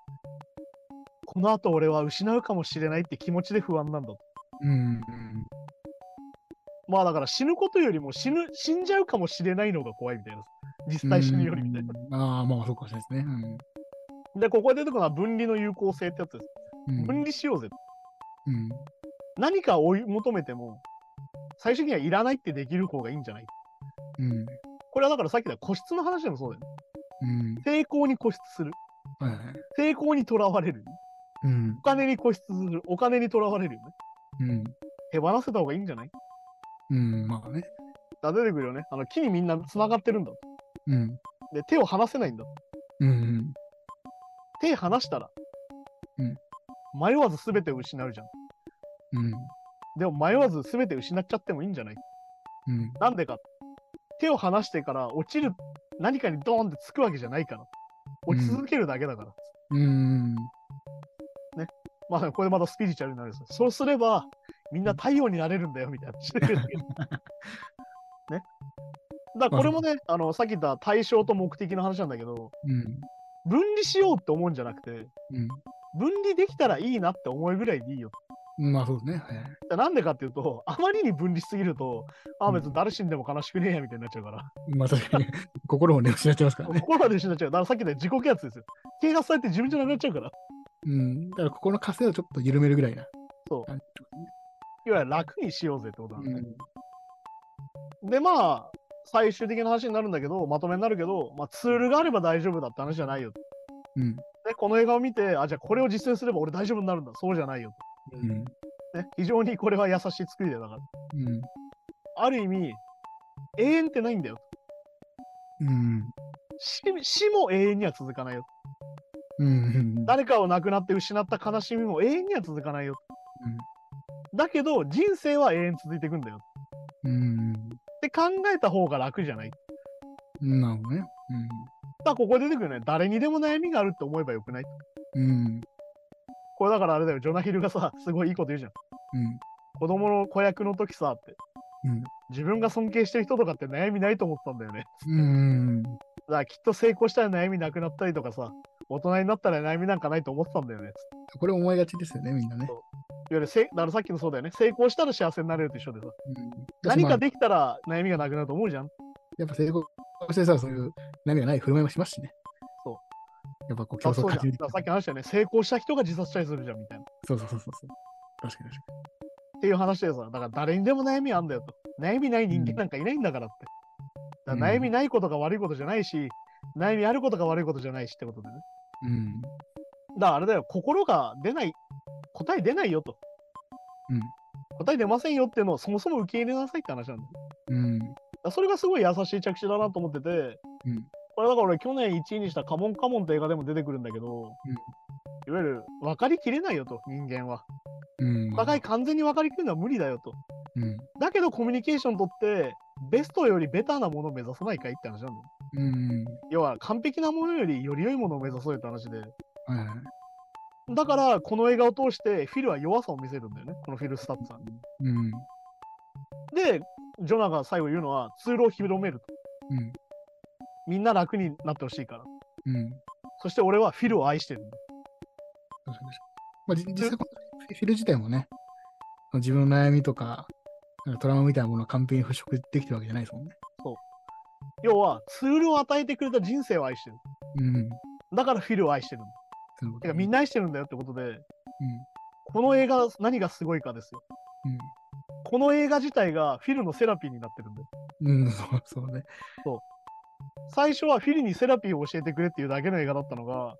Speaker 1: この後俺は失うかもしれないって気持ちで不安なんだと。
Speaker 2: うん。
Speaker 1: まあだから死ぬことよりも死ぬ、死んじゃうかもしれないのが怖いみたいな。実際死ぬよりみたいな。
Speaker 2: な。ああ、まあそうかもしれないですね。
Speaker 1: で、ここで出てくるのは分離の有効性ってやつです。
Speaker 2: うん。
Speaker 1: 分離しようぜ。
Speaker 2: うん。
Speaker 1: 何かを追い求めても、最終的にはいらないってできる方がいいんじゃない
Speaker 2: うん。
Speaker 1: これはだからさっきの個室の話でもそうだよね。
Speaker 2: うん。
Speaker 1: 成功に固執する。
Speaker 2: はいはい。
Speaker 1: 成功にとらわれる。
Speaker 2: うん
Speaker 1: お。金に固執する。お金にとらわれるよね。
Speaker 2: うん。
Speaker 1: 手放せた方がいいんじゃない
Speaker 2: うん。まあね。
Speaker 1: だ出てくるよね。あの木にみんな繋がってるんだ。
Speaker 2: うん。
Speaker 1: で、手を離せないんだ。
Speaker 2: うん。
Speaker 1: 手離したら、
Speaker 2: うん
Speaker 1: 迷わず全てを失うじゃん。
Speaker 2: うん。
Speaker 1: でも迷わず全て失っちゃってもいいんじゃない
Speaker 2: うん。
Speaker 1: なんでか。手を離してから落ちる、何かにドーンってつくわけじゃないから。落ち続けるだけだから。
Speaker 2: うん。
Speaker 1: まあ、これまたスピリチュアルになるんですよそうすれば、みんな太陽になれるんだよ、み たいな話してるんだけど。ね。だからこれもね、あの、さっき言った対象と目的の話なんだけど、
Speaker 2: うん。
Speaker 1: 分離しようって思うんじゃなくて、分離できたらいいなって思うぐらいでいいよ。
Speaker 2: うん。まあそうですね。はい。
Speaker 1: だなんでかっていうと、あまりに分離しすぎると、あ
Speaker 2: う
Speaker 1: あ、
Speaker 2: ん
Speaker 1: 別に誰死んでも悲しくねえやみたいになっちゃうから、
Speaker 2: まあ確かに、心をね、失っちゃいます からね。
Speaker 1: 心まで死んじゃう。だからさっき言った自己啓発ですよ。啓発されて自分じゃなくなっちゃうから、
Speaker 2: うん。だからここの枷をちょっと緩めるぐらいな。
Speaker 1: そう
Speaker 2: 感じ。
Speaker 1: いわゆる楽にしようぜってことなん
Speaker 2: う
Speaker 1: で。
Speaker 2: ん。
Speaker 1: で、まあ、最終的な話になるんだけど、まとめになるけど、まあ、ツールがあれば大丈夫だって話じゃないよ。
Speaker 2: うん。
Speaker 1: で、この映画を見て、あ、じゃあこれを実践すれば俺大丈夫になるんだ。そうじゃないよ。
Speaker 2: うん。
Speaker 1: ね、非常にこれは優しい作りだから。
Speaker 2: うん。
Speaker 1: ある意味、永遠ってないんだよ。
Speaker 2: うん。
Speaker 1: 死死も永遠には続かないよ。
Speaker 2: うん。
Speaker 1: 誰かを亡くなって失った悲しみも永遠には続かないよ。だけど人生は永遠続いていくんだよ
Speaker 2: うん。
Speaker 1: って考えた方が楽じゃない。だか
Speaker 2: うん。なるほどね。
Speaker 1: らここで出てくるよね。誰にでも悩みがあるって思えばよくない
Speaker 2: うん。うん。
Speaker 1: これだからあれだよ。ジョナヒルがさ、すごいいいこと言うじゃん。
Speaker 2: うん。
Speaker 1: 子供の子役の時さって。
Speaker 2: うん
Speaker 1: 自分が尊敬してる人とかって悩みないと思ってたんだよね。
Speaker 2: うん。
Speaker 1: だからきっと成功したら悩みなくなったりとかさ、大人になったら悩みなんかないと思ってたんだよね。いわ
Speaker 2: これ思いがちですよね、みんなね。
Speaker 1: ゆるせ、だからさっきのそうだよね。成功したら幸せになれると一緒でさ。
Speaker 2: うん、
Speaker 1: 何かできたら悩みがなくなると思うじゃん。
Speaker 2: やっぱ成功してさ、そういう波がない振る舞いもしますしね。。
Speaker 1: そう
Speaker 2: やっぱこう競
Speaker 1: あ
Speaker 2: 争
Speaker 1: そう
Speaker 2: を
Speaker 1: じゃ
Speaker 2: 勝
Speaker 1: ん。
Speaker 2: ち
Speaker 1: だ
Speaker 2: 抜いて
Speaker 1: からさっきの話だよね。成功した人が自殺したりするじゃんみたいな。
Speaker 2: そうそうそうそうそう。確かに確か
Speaker 1: っていう話でさ、だから誰にでも悩みあんだよと。悩みない人間なんかいないんだからって。だから
Speaker 2: うん
Speaker 1: 悩みないことが悪いことじゃないし、悩みあることが悪いことじゃないしってことでね。
Speaker 2: に。うん。
Speaker 1: だからあれだよ、心が出ない、答え出ないよと。
Speaker 2: うん
Speaker 1: 答え出ませんよっていうのをそもそも受け入れなさいって話なんだよ。だか
Speaker 2: うん。
Speaker 1: らそれがすごい優しい着地だなと思ってて、
Speaker 2: うん
Speaker 1: これだから俺去年1位にしたカモンカモンって映画でも出てくるんだけど、いわゆる分かりきれないよと、人間は。
Speaker 2: うん。
Speaker 1: お互い完全に分かりきるのは無理だよと。
Speaker 2: うん。
Speaker 1: だけどコミュニケーションとって、ベストよりベターなものを目指さないかいって話なの。
Speaker 2: うん。
Speaker 1: 要は完璧なものよりより良いものを目指そうよって話で。
Speaker 2: はいはい。
Speaker 1: だから、この映画を通してフィルは弱さを見せるんだよね、このフィル・スタッツさんに。
Speaker 2: うん。
Speaker 1: で、ジョナが最後言うのは、ツールを広めると。
Speaker 2: うん。
Speaker 1: みんな楽になってほしいから。
Speaker 2: うん。
Speaker 1: そして俺はフィルを愛してるんだ。
Speaker 2: 確かに確かにまあ、じ実際、フィル自体もね、自分の悩みとか、なんかトラウマみたいなものを完璧に払拭できてるわけじゃないですもんね。
Speaker 1: 要は、ツールを与えてくれた人生を愛してる。
Speaker 2: うん。
Speaker 1: だからフィルを愛してるんだ。
Speaker 2: そういうこと
Speaker 1: てか、みん
Speaker 2: な。
Speaker 1: な愛してるんだよってことで、この映画、何がすごいかですよ。この映画自体がフィルのセラピーになってるんだよ
Speaker 2: うん。うん。そうそうね。
Speaker 1: 最初はフィルにセラピーを教えてくれっていうだけの映画だったのが、
Speaker 2: う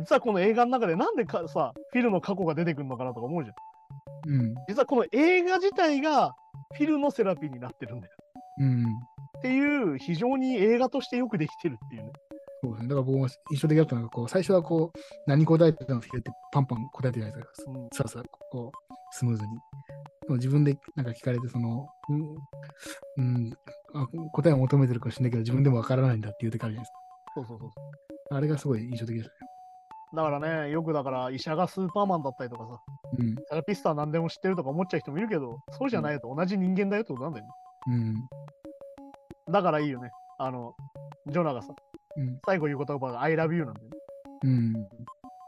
Speaker 1: 実はこの映画の中でなんでかさ、フィルの過去が出てくるのかなとか思うじゃん。
Speaker 2: ん。うん。
Speaker 1: 実はこの映画自体がフィルのセラピーになってるんだよ。
Speaker 2: うん。
Speaker 1: っていう、非常に映画としてよくできてるっていうね。
Speaker 2: そうですね。だから僕も印象的だったのが、こう、最初はこう、何答えてたのって聞いて、パンパン答えてるじゃないですか。
Speaker 1: うん
Speaker 2: さあさあ、こう、スムーズに。でも自分でなんか聞かれて、その、うん、うんあ答えを求めてるかもしれないけど、自分でもわからないんだっていう時あるじゃないです
Speaker 1: そうそうそうそ
Speaker 2: か。あれがすごい印象的でし
Speaker 1: う。だからね、よくだから医者がスーパーマンだったりとかさ、
Speaker 2: たね。
Speaker 1: セラピストは何でも知ってるとか思っちゃう人もいるけど、そうじゃないよと同じ人間だよってことなんだよね。
Speaker 2: うん。うん。
Speaker 1: だからいいよね。あの、ジョナがさ、
Speaker 2: うん
Speaker 1: 最後言う言葉が I love you なんだよね。
Speaker 2: うん。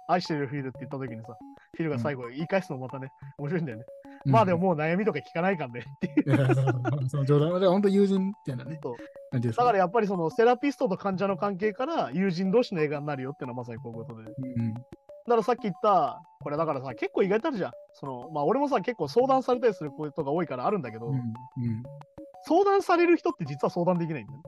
Speaker 1: 愛してるフィルって言った時にさ、フィルが最後言い返すのまたね、面白いんだよね。
Speaker 2: うん
Speaker 1: まあでも、もう悩みとか聞かないかんでっていう。
Speaker 2: いやそう そうそう冗談は、本当友人みたいなね
Speaker 1: そう、
Speaker 2: 感じです
Speaker 1: だ
Speaker 2: ね。
Speaker 1: からやっぱりそのセラピストと患者の関係から友人同士の映画になるよっていうのはまさにこういうことで。
Speaker 2: うん
Speaker 1: だからさっき言った、これだからさ、結構意外とあるじゃん。その、まあ俺もさ、結構相談されたりすることが多いからあるんだけど、相談される人って実は相談できないんだよね。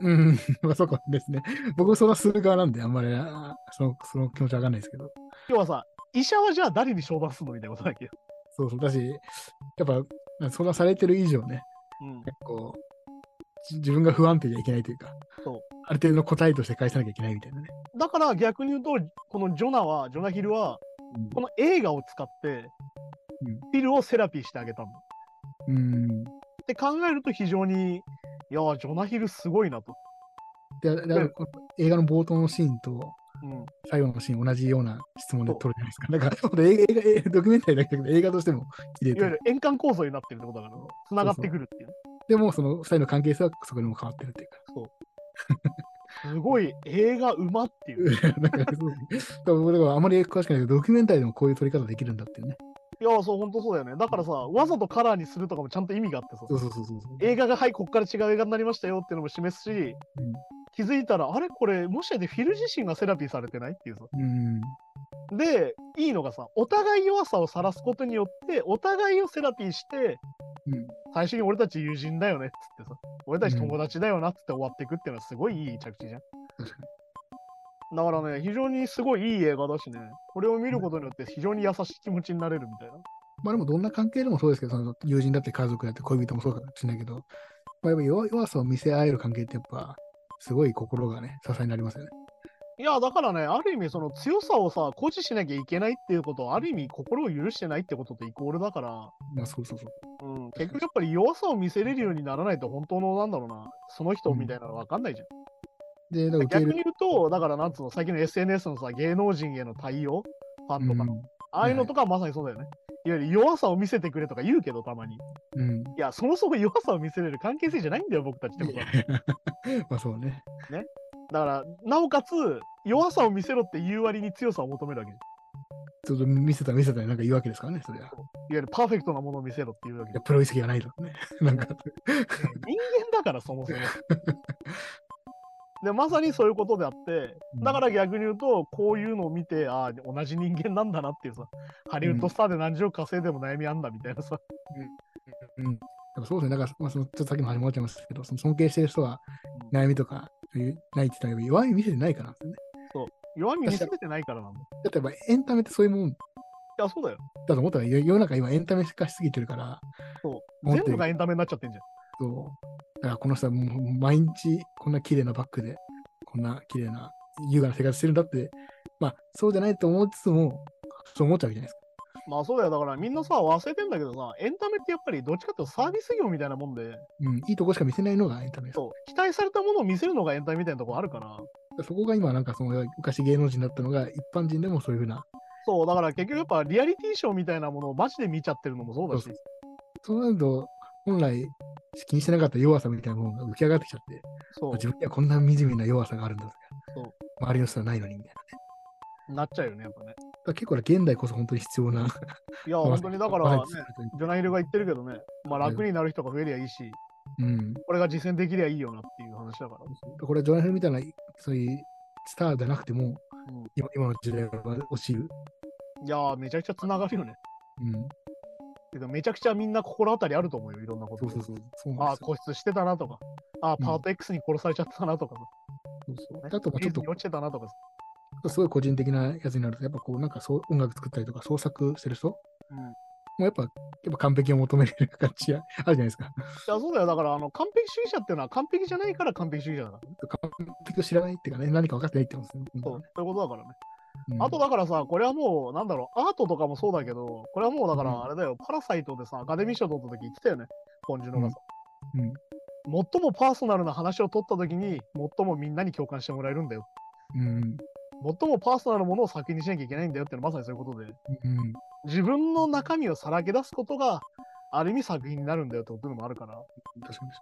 Speaker 2: うん。うん。 まあ、そうかですね。僕もそのする側なんで、あんまりあそのその気持ちわかんないですけど。
Speaker 1: 要はさ、医者はじゃあ誰に相談するのみたいなことだっけど。
Speaker 2: そうそう。だし、やっぱ、相談されてる以上ね、
Speaker 1: うん。
Speaker 2: こう、じ自分が不安定じゃいけないというか、
Speaker 1: そう
Speaker 2: ある程度の答えとして返さなきゃいけないみたいなね。
Speaker 1: だから逆に言うと、このジョナは、ジョナヒルは、この映画を使って
Speaker 2: うん、
Speaker 1: ヒルをセラピーしてあげたの。っ
Speaker 2: うん。
Speaker 1: て考えると非常に、いやー、ジョナヒルすごいなと。
Speaker 2: で、で
Speaker 1: うん
Speaker 2: この映画の冒頭のシーンと、
Speaker 1: うん。
Speaker 2: 最後のシーン同じような質問で撮るじゃないですか。だから、ほんと映画、映画、ドキュメンタリーだけど、映画としても綺麗
Speaker 1: いわゆ
Speaker 2: で。
Speaker 1: る円環構造になってるってことだから、繋がってくるっていう。
Speaker 2: でも、その二人の関係性はそこにも変わってるっていうか。
Speaker 1: すごい、映画馬っていう。
Speaker 2: なんか、そう多分僕だからあまり詳しくないけど、ドキュメンタリーでもこういう撮り方できるんだっていうね。
Speaker 1: いやー、そう、ほんとそうだよね。だからさ、わざとカラーにするとかもちゃんと意味があってさ、
Speaker 2: そうそうそうそうそう。
Speaker 1: 映画が、はい、こっから違う映画になりましたよっていうのも示すし、
Speaker 2: うん
Speaker 1: 気づいたら、あれこれ、もしかしてフィル自身がセラピーされてないっていうさ。
Speaker 2: うん。
Speaker 1: で、いいのがさ、お互い弱さを晒すことによって、お互いをセラピーして、
Speaker 2: うん。
Speaker 1: 最初に俺たち友人だよねっつってさ、俺たち友達だよなっつって終わっていくっていうのはすごいいい着地じゃん。
Speaker 2: 確かに
Speaker 1: だからね、非常にすごいいい映画だしね、これを見ることによって非常に優しい気持ちになれるみたいな。
Speaker 2: まあでもどんな関係でもそうですけど、その友人だって家族だって恋人もそうかもしれないけど、まあ、やっぱ弱弱さを見せ合える関係ってやっぱ、すごい心がね、支えになりますよね。
Speaker 1: いや、だからね、ある意味その強さをさ、誇示しなきゃいけないっていうことは、ある意味心を許してないってこととイコールだから、
Speaker 2: まあそうそうそう。
Speaker 1: うん、結局やっぱり弱さを見せれるようにならないと本当のなんだろうな、その人みたいなの分かんないじゃん。
Speaker 2: で、だから受け
Speaker 1: 逆
Speaker 2: 入
Speaker 1: に
Speaker 2: れ
Speaker 1: 言うと、だからなんつうの、最近の SNS のさ、芸能人への対応ファンとか、ああいうのとかはまさにそうだよね。いわゆる弱さを見せてくれとか言うけど、たまに。い
Speaker 2: うん。うん
Speaker 1: や、そもそも弱さを見せれる関係性じゃないんだよ、僕たちってことは。
Speaker 2: まあそうね。
Speaker 1: だから、なおかつ、弱さを見せろって言う割に強さを求めるわけじゃん。
Speaker 2: ちょっと見せたら見せたらなんか言うわけですからね、それは。
Speaker 1: いわゆるパーフェクトなものを見せろっていうわけ
Speaker 2: い
Speaker 1: じゃ
Speaker 2: や
Speaker 1: ん。
Speaker 2: プロ意識がないとかね。 なんか、
Speaker 1: 人間だから、そもそも。で、まさにそういうことであって、だから逆に言うと、こういうのを見て、ああ、同じ人間なんだなっていうさ、ハリウッドスターで何十億稼いでも悩みあんだみたいなさ、
Speaker 2: うん。やっぱそうですね。だから、まあ、そのちょっとさっきも話もっちゃいますけど、その尊敬してる人は悩みとか、そういうないって言ったら弱み見せてないからなんですよね。
Speaker 1: 弱み見せてないからなんだ。い
Speaker 2: だってやっぱエンタメってそういうもん
Speaker 1: や、そうだよ。
Speaker 2: だと思ったら、よ世の中今エンタメ化しすぎてるから、
Speaker 1: そう。
Speaker 2: 思
Speaker 1: 全
Speaker 2: ってる
Speaker 1: 部がエンタメになっちゃってんじゃん。
Speaker 2: そうだからこの人はもう毎日こんな綺麗なバッグで、こんな綺麗な優雅な生活してるんだって、まあそうじゃないと思いつつも、そう思っちゃうわけじゃないですか。
Speaker 1: まあそうだよ。だからみんなさ、忘れてんだけどさ、エンタメってやっぱりどっちかっていうとサービス業みたいなもんで、
Speaker 2: うん、いいとこしか見せないのがエンタメです。
Speaker 1: そう。期待されたものを見せるのがエンタメみたいなとこあるから。
Speaker 2: そこが今なんかその昔芸能人だったのが一般人でもそういうふうな、
Speaker 1: そう。だから結局やっぱリアリティショーみたいなものをマジで見ちゃってるのもそうだし
Speaker 2: そ。そうなると本来気にしてなかった弱さみたいなものが浮き上がってきちゃって、
Speaker 1: そう。
Speaker 2: 自分にはこんな惨めな弱さがあるんだとか
Speaker 1: そう、
Speaker 2: 周りの人はないのにみたいなね。
Speaker 1: なっちゃうよね、やっぱね。
Speaker 2: だから結構現代こそ本当に必要な。
Speaker 1: いや、本当にだか
Speaker 2: バ
Speaker 1: ら、
Speaker 2: ラ
Speaker 1: ね
Speaker 2: エティ、するという
Speaker 1: ジョナヒルが言ってるけどね、まあ楽になる人が増えりゃいいし、
Speaker 2: うん。
Speaker 1: これが実践できりゃいいよなっていう話だから。
Speaker 2: これジョナヒルみたいなそういうスターじゃなくても、
Speaker 1: うん
Speaker 2: 今今の時代は落ちる、
Speaker 1: いやー、めちゃくちゃ繋がるよね。
Speaker 2: うん、
Speaker 1: けどめちゃくちゃみんな心当たりあると思うよ、いろんなこと。
Speaker 2: そうそうそうそう
Speaker 1: あ
Speaker 2: なん
Speaker 1: あ、
Speaker 2: ですよ
Speaker 1: 固執してたなとか、ああ、パート X に殺されちゃったなとかさ、
Speaker 2: そうそうあとまあ
Speaker 1: ビ
Speaker 2: ち
Speaker 1: ー
Speaker 2: ょっ
Speaker 1: ズ
Speaker 2: と
Speaker 1: に落ちてたなとかさ、
Speaker 2: すごい個人的なやつになるとやっぱこうなんかそう音楽作ったりとか創作してる人も
Speaker 1: うん、いう
Speaker 2: やっぱやっぱ完璧を求められる感 じあるじゃないですか
Speaker 1: やそうだよだからあの完璧主義者っていうのは完璧じゃないから完璧主義者だから、ね、
Speaker 2: 完璧を知らないっていうかね何か分かってないってことですね
Speaker 1: そうそういうことだからね、
Speaker 2: うん
Speaker 1: あとだからさこれはもうなんだろうアートとかもそうだけどこれはもうだか
Speaker 2: うん
Speaker 1: らあれだよ、パラサイトでさアカデミー賞取った時言ってたよねポンジュノがさ、
Speaker 2: うんうん
Speaker 1: 最もパーソナルな話を取った時に最もみんなに共感してもらえるんだよ
Speaker 2: うん
Speaker 1: 最もパーソナルなものを作品にしなきゃいけないんだよっていうのはまさにそういうことで
Speaker 2: うん
Speaker 1: 自分の中身をさらけ出すことがある意味作品になるんだよってことでもあるから
Speaker 2: 確かに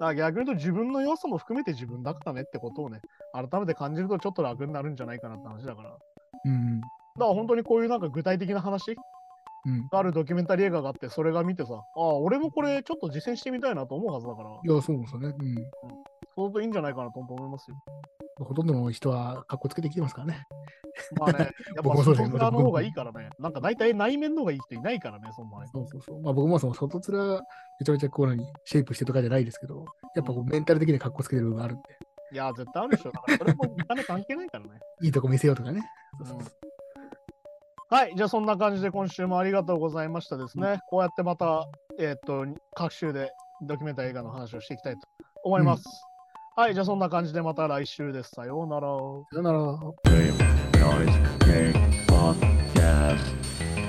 Speaker 1: だから逆に言うと自分の要素も含めて自分だからねってことをね、改めて感じるとちょっと楽になるんじゃないかなって話だから。だか
Speaker 2: うん
Speaker 1: ら本当にこういうなんか具体的な話
Speaker 2: うん
Speaker 1: があるドキュメンタリー映画があって、それが見てさ、ああ、俺もこれちょっと実践してみたいなと思うはずだから、
Speaker 2: いやそうですよねうん
Speaker 1: 相当いいんじゃないかなと思いますよ。
Speaker 2: ほとんどの人は格好つけてきてますからね
Speaker 1: まあね、やっぱ
Speaker 2: 僕もそう
Speaker 1: 外
Speaker 2: だけど
Speaker 1: 面の方がいいからね。なんか大体内面の方がいい人いないからね、そんなね。
Speaker 2: そうそうそう。まあ僕もその外面がめちゃめちゃこう何、シェイプしてとかじゃないですけど、やっぱこうメンタル的に格好つけてる部分があるんで、
Speaker 1: いや、絶対あるでしょ。だからそれも見た目関係ないからね。
Speaker 2: いいとこ見せようとかね。そうそうそう
Speaker 1: はい、じゃあそんな感じで今週もありがとうございましたですね。こうやってまた、えーっと、各週でドキュメンタリー映画の話をしていきたいと思います。はい、じゃあそんな感じでまた来週です。さようなら。
Speaker 2: さよなら。
Speaker 3: Game Noise Game Podcast.